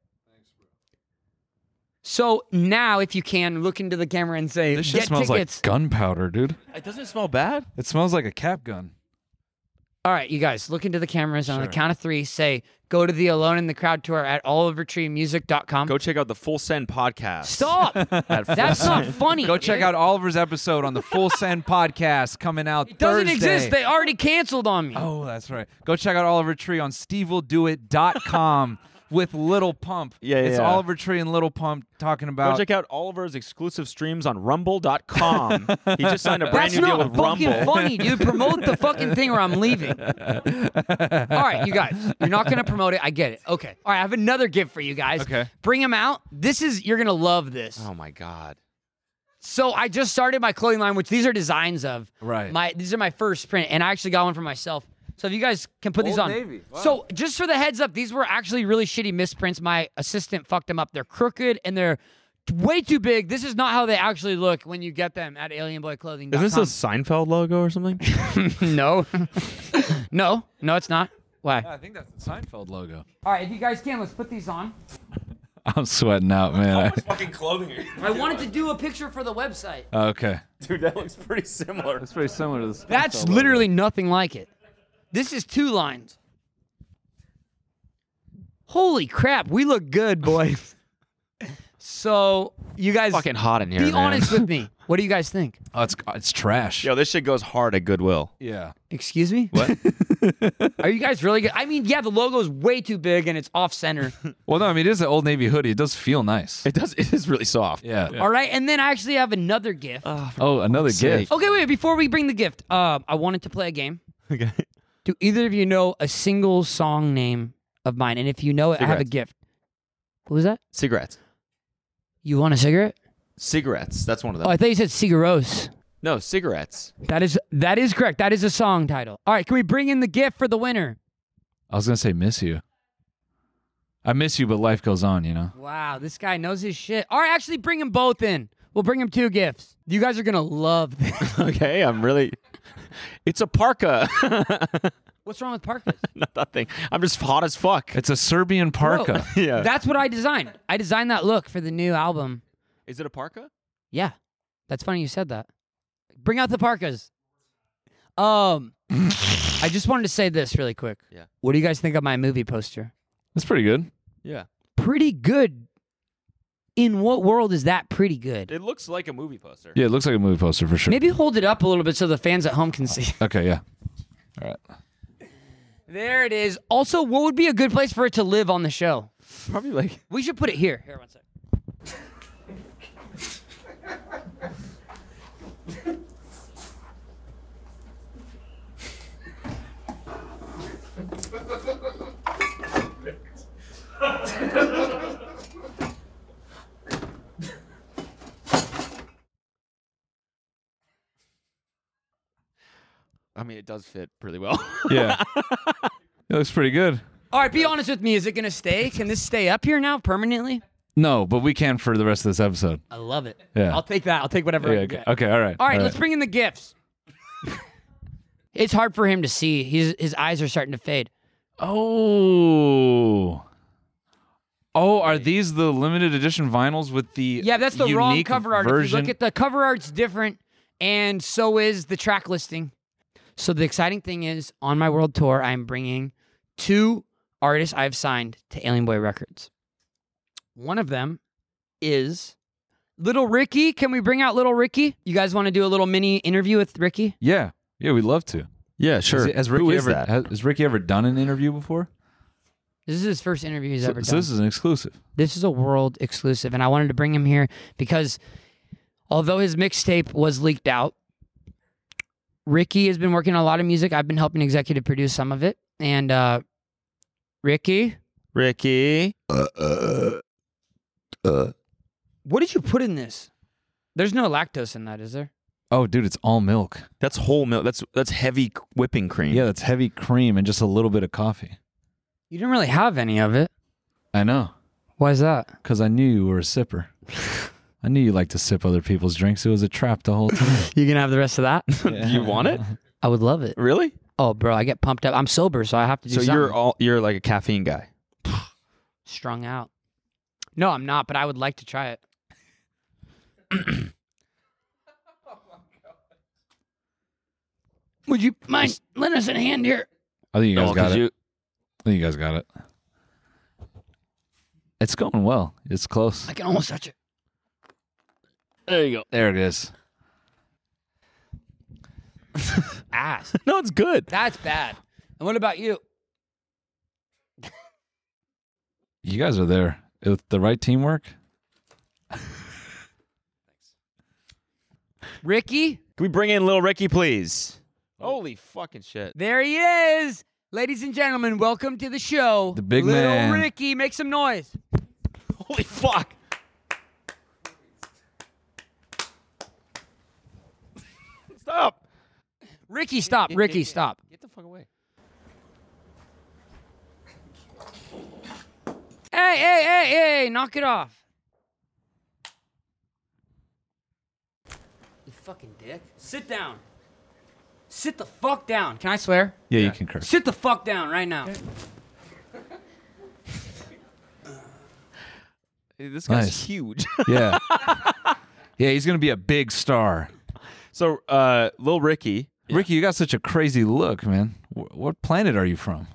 [SPEAKER 3] So now if you can look into the camera and say
[SPEAKER 1] This shit
[SPEAKER 3] get
[SPEAKER 1] smells
[SPEAKER 3] tickets.
[SPEAKER 1] like gunpowder, dude.
[SPEAKER 2] It doesn't smell bad.
[SPEAKER 1] It smells like a cap gun.
[SPEAKER 3] All right, you guys, look into the cameras and on the count of 3 say go to the alone in the crowd tour at olivertreemusic.com.
[SPEAKER 2] Go check out the Full Send podcast.
[SPEAKER 3] Stop.
[SPEAKER 2] At Full
[SPEAKER 3] That's not
[SPEAKER 2] Send.
[SPEAKER 3] funny.
[SPEAKER 1] Go check
[SPEAKER 3] dude.
[SPEAKER 1] out Oliver's episode on the Full Send podcast coming out
[SPEAKER 3] It doesn't
[SPEAKER 1] Thursday.
[SPEAKER 3] exist. They already canceled on me.
[SPEAKER 1] oh, that's right. Go check out Oliver Tree on stevewilldoit.com with Little Pump.
[SPEAKER 2] Yeah,
[SPEAKER 1] It's
[SPEAKER 2] yeah.
[SPEAKER 1] Oliver Tree and Little Pump talking
[SPEAKER 2] Go
[SPEAKER 1] about
[SPEAKER 2] check out Oliver's exclusive streams on rumble.com. he just signed a brand
[SPEAKER 3] That's
[SPEAKER 2] new deal
[SPEAKER 3] not
[SPEAKER 2] with
[SPEAKER 3] fucking
[SPEAKER 2] Rumble.
[SPEAKER 3] funny, dude. Promote the fucking thing or I'm leaving. All right, you guys, you're not gonna promote it. I get it. Okay. All right, I have another gift for you guys.
[SPEAKER 1] Okay.
[SPEAKER 3] Bring them out. This is you're gonna love this.
[SPEAKER 2] Oh my god.
[SPEAKER 3] So I just started my clothing line, which these are designs of.
[SPEAKER 1] Right.
[SPEAKER 3] My these are my first print, and I actually got one for myself. So if you guys can put these on. So just for the heads up, these were actually really shitty misprints. My assistant fucked them up. They're crooked and they're way too big. This is not how they actually look when you get them at alienboyclothing.com.
[SPEAKER 2] Isn't this a Seinfeld logo or something?
[SPEAKER 3] No. no. No, it's not. Why?
[SPEAKER 1] I think that's the Seinfeld logo.
[SPEAKER 3] All right, if you guys can, let's put these on.
[SPEAKER 1] I'm sweating out, man.
[SPEAKER 2] fucking clothing.
[SPEAKER 3] I wanted to do a picture for the website.
[SPEAKER 1] I- okay.
[SPEAKER 2] Dude, that looks pretty similar.
[SPEAKER 1] It's very similar to this.
[SPEAKER 3] That's literally nothing like it. This is two lines. Holy crap, we look good, boys. so, you guys
[SPEAKER 2] Fucking hot in here.
[SPEAKER 3] be
[SPEAKER 2] man.
[SPEAKER 3] honest with me. What do you guys think?
[SPEAKER 1] Oh, it's it's trash.
[SPEAKER 2] Yo, this shit goes hard at Goodwill.
[SPEAKER 1] Yeah.
[SPEAKER 3] Excuse me? What? Are you guys really good? I mean, yeah, the logo's way too big and it's off center.
[SPEAKER 1] Well, no, I mean it is an old navy hoodie. It does feel nice.
[SPEAKER 2] It does. It is really soft.
[SPEAKER 1] yeah.
[SPEAKER 3] All right, and then I actually have another gift.
[SPEAKER 1] Oh, another
[SPEAKER 2] sake.
[SPEAKER 1] gift.
[SPEAKER 3] um, Okay, wait. Before we bring the gift, uh, I wanted to play a game.
[SPEAKER 2] Okay.
[SPEAKER 3] Do either of you know a single song name of mine? And if you know it, I have a
[SPEAKER 2] Cigarettes.
[SPEAKER 3] gift. What was that?
[SPEAKER 2] Cigarettes.
[SPEAKER 3] You want a cigarette?
[SPEAKER 2] Cigarettes. That's one of them.
[SPEAKER 3] Oh, I thought you said cigaros.
[SPEAKER 2] no, cigarettes.
[SPEAKER 3] That is that is correct. That is a song title. All right, can we bring in the gift for the winner?
[SPEAKER 1] I was gonna say miss you. I miss you, but life goes on. You know.
[SPEAKER 3] Wow, this guy knows his shit. All right, actually, bring them both in. We'll bring him two gifts. You guys are gonna love this.
[SPEAKER 2] okay, I'm really. It's a parka.
[SPEAKER 3] What's wrong with parkas?
[SPEAKER 2] Not that thing. I'm just hot as fuck.
[SPEAKER 1] It's a Serbian parka.
[SPEAKER 3] Whoa.
[SPEAKER 2] yeah.
[SPEAKER 3] That's what I designed. I designed that look for the new album.
[SPEAKER 2] Is it a parka?
[SPEAKER 3] Yeah. That's funny you said that. Bring out the parkas. Um I just wanted to say this really quick.
[SPEAKER 2] Yeah.
[SPEAKER 3] What do you guys think of my movie poster?
[SPEAKER 1] That's pretty good.
[SPEAKER 2] Yeah.
[SPEAKER 3] Pretty good. In what world is that pretty good?
[SPEAKER 2] It looks like a movie poster.
[SPEAKER 1] Yeah, it looks like a movie poster for sure.
[SPEAKER 3] Maybe hold it up a little bit so the fans at home can see.
[SPEAKER 1] Okay, yeah. All right.
[SPEAKER 3] There it is. Also, what would be a good place for it to live on the show?
[SPEAKER 2] Probably like
[SPEAKER 3] We should put it here. Here, one sec.
[SPEAKER 2] I mean, it does fit pretty well.
[SPEAKER 1] Yeah. it looks pretty good.
[SPEAKER 3] All right, be honest with me. Is it going to stay? Can this stay up here now permanently?
[SPEAKER 1] No, but we can for the rest of this episode.
[SPEAKER 3] I love it.
[SPEAKER 1] Yeah.
[SPEAKER 3] I'll take that. I'll take whatever. I
[SPEAKER 1] Yeah,
[SPEAKER 3] can
[SPEAKER 1] okay.
[SPEAKER 3] get.
[SPEAKER 1] okay, all right.
[SPEAKER 3] All right, let's bring in the gifts. it's hard for him to see. His his eyes are starting to fade.
[SPEAKER 1] Oh. Oh, are these the limited edition vinyls with the
[SPEAKER 3] Yeah, that's the wrong
[SPEAKER 1] unique
[SPEAKER 3] cover art. If you
[SPEAKER 1] version?
[SPEAKER 3] look at the cover art's different, and so is the track listing. So the exciting thing is, on my world tour, I'm bringing two artists I've signed to Alien Boy Records. One of them is Little Ricky. Can we bring out Little Ricky? You guys want to do a little mini interview with Ricky?
[SPEAKER 1] Yeah. Yeah, we'd love to.
[SPEAKER 2] Yeah,
[SPEAKER 1] Has, has Ricky ever Has, has Ricky ever done an interview before?
[SPEAKER 3] This is his first interview he's
[SPEAKER 1] so,
[SPEAKER 3] ever done.
[SPEAKER 1] so this is an exclusive.
[SPEAKER 3] This is a world exclusive, and I wanted to bring him here because although his mixtape was leaked out, Ricky has been working on a lot of music. I've been helping executive produce some of it, and uh, Ricky,
[SPEAKER 2] Ricky.
[SPEAKER 3] what did you put in this? There's no lactose in that, is there?
[SPEAKER 1] Oh, dude, it's all milk.
[SPEAKER 2] That's whole milk. That's that's heavy whipping cream.
[SPEAKER 1] Yeah, that's heavy cream and just a little bit of coffee.
[SPEAKER 3] You didn't really have any of it.
[SPEAKER 1] I know,
[SPEAKER 3] Why is that?
[SPEAKER 1] because I knew you were a sipper. I knew you liked to sip other people's drinks. It was a trap the whole time.
[SPEAKER 3] You gonna have the rest of that?
[SPEAKER 2] Do you want it?
[SPEAKER 3] I would love it.
[SPEAKER 2] Really?
[SPEAKER 3] Oh, bro, I get pumped up. I'm sober, so I have to do
[SPEAKER 2] So
[SPEAKER 3] something.
[SPEAKER 2] you're all you're like a caffeine guy.
[SPEAKER 3] strung out. No, I'm not, but I would like to try it. Oh Would you mind lend us a hand here?
[SPEAKER 1] I think you guys
[SPEAKER 2] No, Oh, 'cause
[SPEAKER 1] got it.
[SPEAKER 2] you-
[SPEAKER 1] I think you guys got it. It's going well. It's close.
[SPEAKER 3] I can almost touch it.
[SPEAKER 2] There you go.
[SPEAKER 1] There it is.
[SPEAKER 3] Ass.
[SPEAKER 2] No, it's good.
[SPEAKER 3] That's bad. And what about you?
[SPEAKER 1] You guys are there with the right teamwork.
[SPEAKER 3] Ricky?
[SPEAKER 2] Can we bring in little Ricky, please? Holy fucking shit.
[SPEAKER 3] There he is. Ladies and gentlemen, welcome to the show.
[SPEAKER 1] The big
[SPEAKER 3] Little
[SPEAKER 1] man.
[SPEAKER 3] Ricky, make some noise.
[SPEAKER 2] Holy fuck. Stop.
[SPEAKER 3] Ricky, stop. Ricky, stop.
[SPEAKER 2] Get the fuck away.
[SPEAKER 3] Hey, hey, hey, hey, knock it off. You fucking dick. Sit down. Sit the fuck down. Can I swear?
[SPEAKER 1] Yeah, you can curse.
[SPEAKER 3] Sit the fuck down right now.
[SPEAKER 2] This guy's
[SPEAKER 1] guy's Nice.
[SPEAKER 2] huge.
[SPEAKER 1] Yeah. yeah, he's gonna be a big star.
[SPEAKER 2] so, uh, little Ricky.
[SPEAKER 1] Ricky, you got such a crazy look, man. Wh- what planet are you from?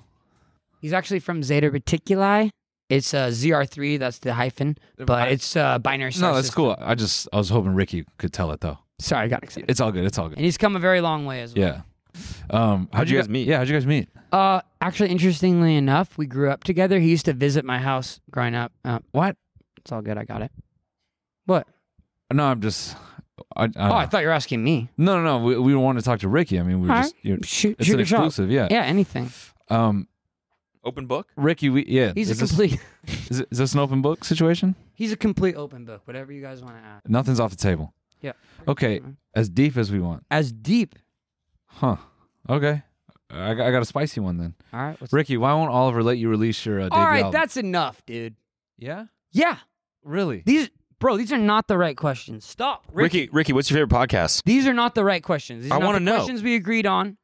[SPEAKER 3] He's actually from Zeta Reticuli. It's uh, ZR3, that's the hyphen, but it's uh, binary star
[SPEAKER 1] No, that's cool.
[SPEAKER 3] system.
[SPEAKER 1] I just I was hoping Ricky could tell it though.
[SPEAKER 3] Sorry, I got excited.
[SPEAKER 1] It's all good. It's all
[SPEAKER 3] And
[SPEAKER 1] good.
[SPEAKER 3] he's come a very long way as well.
[SPEAKER 1] Yeah. Um, how'd,
[SPEAKER 2] you
[SPEAKER 1] you
[SPEAKER 2] guys
[SPEAKER 1] gu-
[SPEAKER 2] meet?
[SPEAKER 1] Yeah, how'd you guys meet?
[SPEAKER 3] Uh, actually, interestingly enough, we grew up together. He used to visit my house growing up. Uh,
[SPEAKER 1] What?
[SPEAKER 3] it's all good. I got it. What?
[SPEAKER 1] No, I'm just I, I
[SPEAKER 3] oh, I thought you were asking me.
[SPEAKER 1] No, no, no. We, we want to talk to Ricky. I mean, Uh, we were
[SPEAKER 3] All
[SPEAKER 1] just
[SPEAKER 3] right.
[SPEAKER 1] you know,
[SPEAKER 3] Shoot-
[SPEAKER 1] it's
[SPEAKER 3] shoot
[SPEAKER 1] an
[SPEAKER 3] your shot.
[SPEAKER 1] exclusive, yeah,
[SPEAKER 3] Yeah, anything.
[SPEAKER 1] Um,
[SPEAKER 2] Open book.
[SPEAKER 1] Ricky, we yeah,
[SPEAKER 3] He's a
[SPEAKER 1] is this-
[SPEAKER 3] complete-
[SPEAKER 1] is, it- is this an open book situation?
[SPEAKER 3] He's a complete open book. Whatever you guys want to ask.
[SPEAKER 1] Nothing's off the table.
[SPEAKER 3] Yeah.
[SPEAKER 1] Okay, as deep as we want.
[SPEAKER 3] As deep.
[SPEAKER 1] Huh. Okay. I, got- I got a spicy one then.
[SPEAKER 3] All right. What's
[SPEAKER 1] Ricky, why won't Oliver let you release your uh, debut
[SPEAKER 3] All right,
[SPEAKER 1] album?
[SPEAKER 3] that's enough, dude.
[SPEAKER 1] Yeah?
[SPEAKER 3] Yeah.
[SPEAKER 1] Really?
[SPEAKER 3] These, bro, these are not the right questions. Stop, Ricky.
[SPEAKER 2] Ricky, Ricky, what's your favorite podcast?
[SPEAKER 3] These are not the right questions. These are
[SPEAKER 2] I
[SPEAKER 3] want
[SPEAKER 2] wanna
[SPEAKER 3] to
[SPEAKER 2] know.
[SPEAKER 3] Questions we agreed on.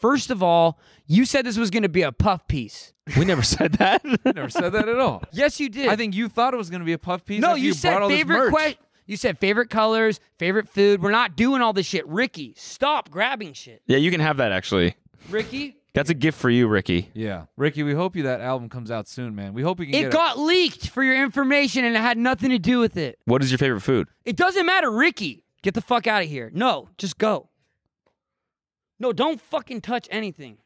[SPEAKER 3] First of all, you said this was going to be a puff piece.
[SPEAKER 2] We never said that.
[SPEAKER 1] never said that at all.
[SPEAKER 3] Yes, you did.
[SPEAKER 1] I think you thought it was going to be a puff piece.
[SPEAKER 3] No,
[SPEAKER 1] after
[SPEAKER 3] you,
[SPEAKER 1] you, bought
[SPEAKER 3] said
[SPEAKER 1] all this
[SPEAKER 3] favorite
[SPEAKER 1] merch.
[SPEAKER 3] que- You said favorite colors, favorite food. We're not doing all this shit. Ricky, stop grabbing shit.
[SPEAKER 2] Yeah, you can have that actually.
[SPEAKER 3] Ricky,
[SPEAKER 2] That's a gift for you, Ricky.
[SPEAKER 1] Yeah, Ricky, we hope you that album comes out soon, man. We hope you can.
[SPEAKER 3] it
[SPEAKER 1] get
[SPEAKER 3] got leaked for your information and it had nothing to do with it.
[SPEAKER 2] What is your favorite food?
[SPEAKER 3] It doesn't matter, Ricky. Get the fuck out of here. No, just go. No, don't fucking touch anything.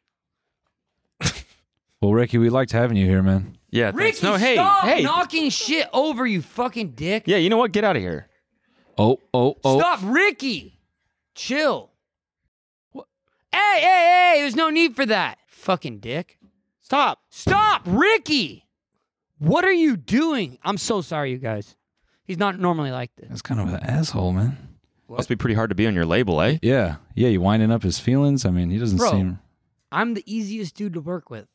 [SPEAKER 1] Well, Ricky, we liked having you here, man.
[SPEAKER 2] Yeah,
[SPEAKER 3] Ricky,
[SPEAKER 2] no, hey,
[SPEAKER 3] stop
[SPEAKER 2] hey.
[SPEAKER 3] knocking shit over, you fucking dick.
[SPEAKER 2] Yeah, you know what? Get out of here.
[SPEAKER 1] Oh, oh, oh.
[SPEAKER 3] Stop, Ricky. Chill. Hey, hey, hey, there's no need for that. Fucking dick. Stop. Stop, Ricky. What are you doing? I'm so sorry, you guys. He's not normally like this.
[SPEAKER 1] That's kind of an asshole, man.
[SPEAKER 2] Must be pretty hard to be on your label, eh?
[SPEAKER 1] Yeah, yeah. You winding up his feelings. I mean, he doesn't
[SPEAKER 3] Bro.
[SPEAKER 1] seem.
[SPEAKER 3] I'm the easiest dude to work with.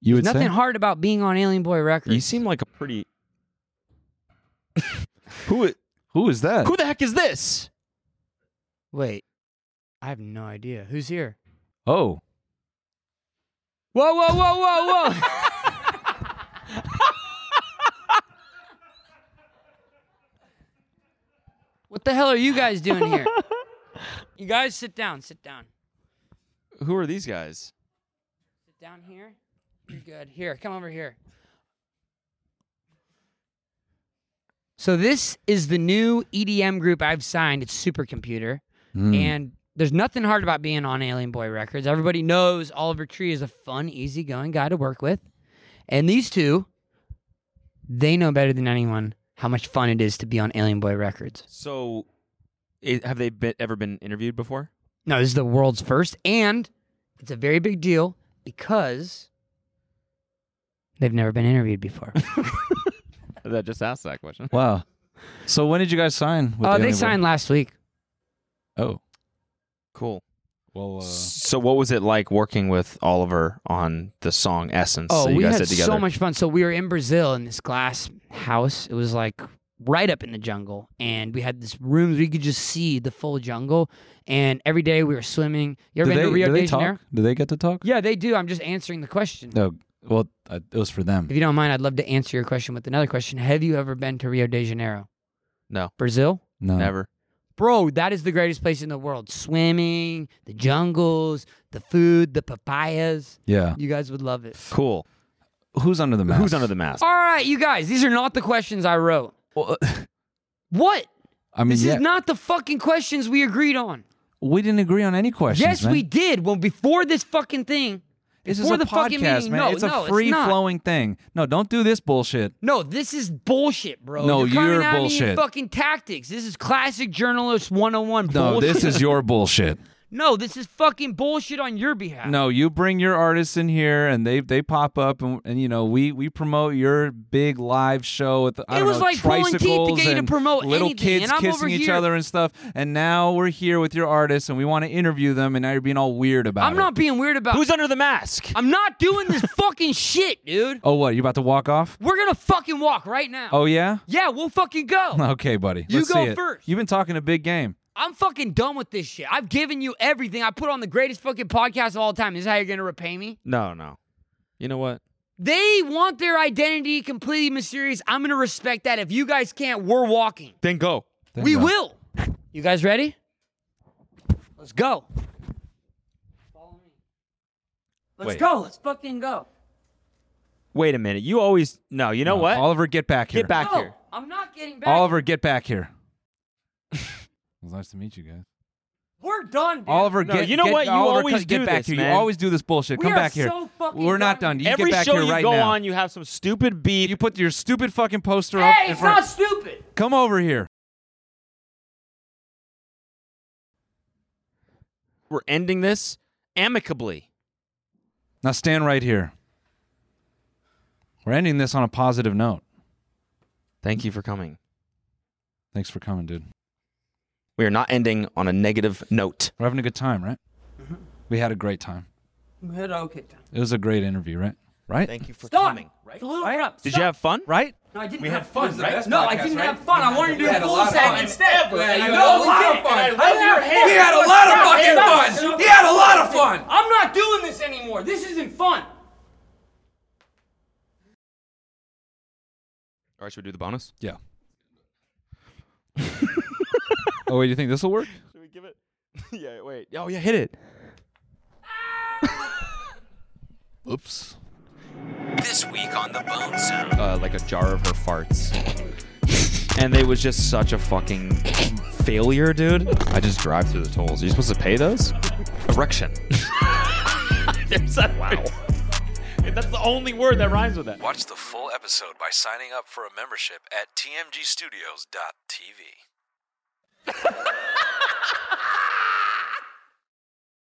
[SPEAKER 1] You would
[SPEAKER 3] Nothing
[SPEAKER 1] say.
[SPEAKER 3] hard about being on Alien Boy Records.
[SPEAKER 2] You seem like a pretty. who? i-
[SPEAKER 1] Who is that?
[SPEAKER 2] Who the heck is this?
[SPEAKER 3] Wait. I have no idea. Who's here?
[SPEAKER 1] Oh,
[SPEAKER 3] Whoa, whoa, whoa, whoa, whoa. what the hell are you guys doing here? You guys sit down, sit down.
[SPEAKER 2] Who are these guys?
[SPEAKER 3] Sit down here. You're good. Here, come over here. So this is the new EDM group I've signed. It's Supercomputer.
[SPEAKER 1] Mm.
[SPEAKER 3] And there's nothing hard about being on Alien Boy Records. Everybody knows Oliver Tree is a fun, easygoing guy to work with. And these two, they know better than anyone how much fun it is to be on Alien Boy Records.
[SPEAKER 2] So, i have they been, ever been interviewed before?
[SPEAKER 3] No, this is the world's first, and it's a very big deal because they've never been interviewed before. Uh,
[SPEAKER 2] I just asked that question.
[SPEAKER 1] wow. So when did you guys sign? With
[SPEAKER 3] uh, they
[SPEAKER 1] Alien Boy?
[SPEAKER 3] signed last week.
[SPEAKER 1] Oh,
[SPEAKER 2] Cool.
[SPEAKER 1] well. Uh,
[SPEAKER 2] So, what was it like working with Oliver on the song Essence
[SPEAKER 3] Oh,
[SPEAKER 2] that you
[SPEAKER 3] we
[SPEAKER 2] guys
[SPEAKER 3] had
[SPEAKER 2] did together?
[SPEAKER 3] so much fun. So we were in Brazil in this glass house. It was like right up in the jungle, and we had this room where you could just see the full jungle. And every day we were swimming. You ever
[SPEAKER 1] do
[SPEAKER 3] been
[SPEAKER 1] they,
[SPEAKER 3] to Rio
[SPEAKER 1] do
[SPEAKER 3] de
[SPEAKER 1] they
[SPEAKER 3] Janeiro?
[SPEAKER 1] talk? Do they get to talk?
[SPEAKER 3] Yeah, they do. I'm just answering the question.
[SPEAKER 1] No. Well, uh, it was for them.
[SPEAKER 3] If you don't mind, I'd love to answer your question with another question. Have you ever been to Rio de Janeiro,
[SPEAKER 2] No,
[SPEAKER 3] Brazil?
[SPEAKER 1] No.
[SPEAKER 2] never.
[SPEAKER 3] Bro, that is the greatest place in the world. Swimming, the jungles, the food, the papayas.
[SPEAKER 1] Yeah.
[SPEAKER 3] You guys would love it.
[SPEAKER 2] Cool.
[SPEAKER 1] Who's under the mask?
[SPEAKER 2] Who's under the mask?
[SPEAKER 3] All right, you guys, these are not the questions I wrote.
[SPEAKER 1] Well, uh,
[SPEAKER 3] What?
[SPEAKER 1] I mean,
[SPEAKER 3] This
[SPEAKER 1] yeah,
[SPEAKER 3] is not the fucking questions we agreed on.
[SPEAKER 1] we didn't agree on any questions.
[SPEAKER 3] yes,
[SPEAKER 1] man.
[SPEAKER 3] we did. Well, before this fucking thing.
[SPEAKER 1] This is
[SPEAKER 3] before
[SPEAKER 1] a
[SPEAKER 3] the fucking
[SPEAKER 1] podcast,
[SPEAKER 3] meeting.
[SPEAKER 1] man.
[SPEAKER 3] No,
[SPEAKER 1] it's
[SPEAKER 3] no,
[SPEAKER 1] a free
[SPEAKER 3] not.
[SPEAKER 1] flowing thing. No, don't do this bullshit.
[SPEAKER 3] No, this is bullshit, bro.
[SPEAKER 1] No,
[SPEAKER 3] you're, coming
[SPEAKER 1] you're
[SPEAKER 3] at me in
[SPEAKER 1] bullshit.
[SPEAKER 3] fucking tactics. This is classic journalist 101
[SPEAKER 1] No,
[SPEAKER 3] bullshit.
[SPEAKER 1] this is your bullshit.
[SPEAKER 3] No, this is fucking bullshit on your behalf.
[SPEAKER 1] No, you bring your artists in here, and they they pop up, and, and you know we we promote your big live show with I
[SPEAKER 3] It
[SPEAKER 1] don't
[SPEAKER 3] was
[SPEAKER 1] know,
[SPEAKER 3] like pulling teeth to
[SPEAKER 1] tricycles
[SPEAKER 3] get you to
[SPEAKER 1] and
[SPEAKER 3] promote
[SPEAKER 1] little
[SPEAKER 3] anything,
[SPEAKER 1] kids
[SPEAKER 3] and I'm
[SPEAKER 1] kissing
[SPEAKER 3] over
[SPEAKER 1] each
[SPEAKER 3] here-
[SPEAKER 1] other and stuff. And now we're here with your artists, and we want to interview them, and now you're being all weird about
[SPEAKER 3] I'm
[SPEAKER 1] it.
[SPEAKER 3] not being weird about
[SPEAKER 2] Who's under the mask?
[SPEAKER 3] I'm not doing this fucking shit, dude.
[SPEAKER 1] Oh, what? You about to walk off?
[SPEAKER 3] We're gonna fucking walk right now.
[SPEAKER 1] Oh yeah.
[SPEAKER 3] Yeah, we'll fucking go.
[SPEAKER 1] Okay, buddy.
[SPEAKER 3] You
[SPEAKER 1] Let's
[SPEAKER 3] go
[SPEAKER 1] see it.
[SPEAKER 3] first.
[SPEAKER 1] You've been talking a big game.
[SPEAKER 3] I'm fucking done with this shit. I've given you everything. I put on the greatest fucking podcast of all time. This is how you're gonna repay me?
[SPEAKER 2] No, no. You know what?
[SPEAKER 3] They want their identity completely mysterious. I'm gonna respect that. If you guys can't, we're walking.
[SPEAKER 2] Then go.
[SPEAKER 1] Thank
[SPEAKER 3] we
[SPEAKER 1] God.
[SPEAKER 3] will. You guys ready? Let's go. Follow me. Let's
[SPEAKER 2] Wait.
[SPEAKER 3] go. Let's fucking go.
[SPEAKER 2] Wait a minute. You always no. You know
[SPEAKER 1] No,
[SPEAKER 2] what?
[SPEAKER 1] Uh, Oliver, get back here.
[SPEAKER 2] Get back
[SPEAKER 3] no,
[SPEAKER 2] here.
[SPEAKER 3] I'm not getting back.
[SPEAKER 1] Oliver, get back here. it was nice to meet you guys.
[SPEAKER 3] We're done, dude.
[SPEAKER 1] Oliver,
[SPEAKER 2] No,
[SPEAKER 1] get
[SPEAKER 2] you know
[SPEAKER 1] get-
[SPEAKER 2] what? You
[SPEAKER 1] Oliver,
[SPEAKER 2] always
[SPEAKER 1] get
[SPEAKER 2] do
[SPEAKER 1] back
[SPEAKER 2] this,
[SPEAKER 1] here.
[SPEAKER 2] man.
[SPEAKER 1] You always do this bullshit.
[SPEAKER 3] We
[SPEAKER 1] Come
[SPEAKER 3] are
[SPEAKER 1] back here.
[SPEAKER 3] so fucking.
[SPEAKER 1] We're not done. You
[SPEAKER 2] Every
[SPEAKER 1] get back
[SPEAKER 2] show
[SPEAKER 1] here
[SPEAKER 2] you
[SPEAKER 1] right
[SPEAKER 2] go
[SPEAKER 1] now.
[SPEAKER 2] on, you have some stupid beef.
[SPEAKER 1] You put your stupid fucking poster up
[SPEAKER 3] Hey,
[SPEAKER 1] in
[SPEAKER 3] it's
[SPEAKER 1] front.
[SPEAKER 3] not stupid.
[SPEAKER 1] Come over here.
[SPEAKER 2] We're ending this amicably.
[SPEAKER 1] Now stand right here. We're ending this on a positive note.
[SPEAKER 2] Thank you for coming.
[SPEAKER 1] Thanks for coming, dude.
[SPEAKER 2] We are not ending on a negative note.
[SPEAKER 1] We're having a good time, right?
[SPEAKER 2] Mm-hmm.
[SPEAKER 1] We had a great time.
[SPEAKER 3] Hit okay.
[SPEAKER 1] It was a great interview, right? Right?
[SPEAKER 2] Thank you for
[SPEAKER 3] Stop. It's a little abrupt.
[SPEAKER 2] Did
[SPEAKER 3] Stop.
[SPEAKER 2] you have fun?
[SPEAKER 1] Right?
[SPEAKER 3] No, I didn't
[SPEAKER 8] We
[SPEAKER 3] have
[SPEAKER 8] had fun,
[SPEAKER 3] fun.
[SPEAKER 8] right? This
[SPEAKER 3] No, I
[SPEAKER 8] podcast,
[SPEAKER 3] didn't
[SPEAKER 8] right?
[SPEAKER 3] have fun. I wanted to do
[SPEAKER 8] We
[SPEAKER 3] a
[SPEAKER 8] had a
[SPEAKER 3] full
[SPEAKER 8] lot of
[SPEAKER 3] set
[SPEAKER 8] fun.
[SPEAKER 3] instead.
[SPEAKER 8] Yeah,
[SPEAKER 3] I
[SPEAKER 8] you
[SPEAKER 3] know
[SPEAKER 8] had a
[SPEAKER 3] we
[SPEAKER 8] lot of
[SPEAKER 3] did.
[SPEAKER 8] fun.
[SPEAKER 3] I
[SPEAKER 8] We
[SPEAKER 3] love your hand.
[SPEAKER 8] had a lot of fucking
[SPEAKER 3] Stop.
[SPEAKER 8] fun. He had a lot of fun.
[SPEAKER 3] I'm not doing this anymore. This isn't fun.
[SPEAKER 2] All right, should we do the bonus?
[SPEAKER 1] Yeah. oh, wait, you think this will work?
[SPEAKER 2] Should we give it? yeah, wait. Oh, yeah, hit it.
[SPEAKER 1] Oops.
[SPEAKER 10] This week on the Bone Zone.
[SPEAKER 2] Uh, like a jar of her farts. and it was just such a fucking failure, dude. I just drive through the tolls. Are you supposed to pay those? Erection. There's that. Wow. That's the only word that rhymes with that.
[SPEAKER 1] Watch the full episode by signing up for a membership at tmgstudios.tv.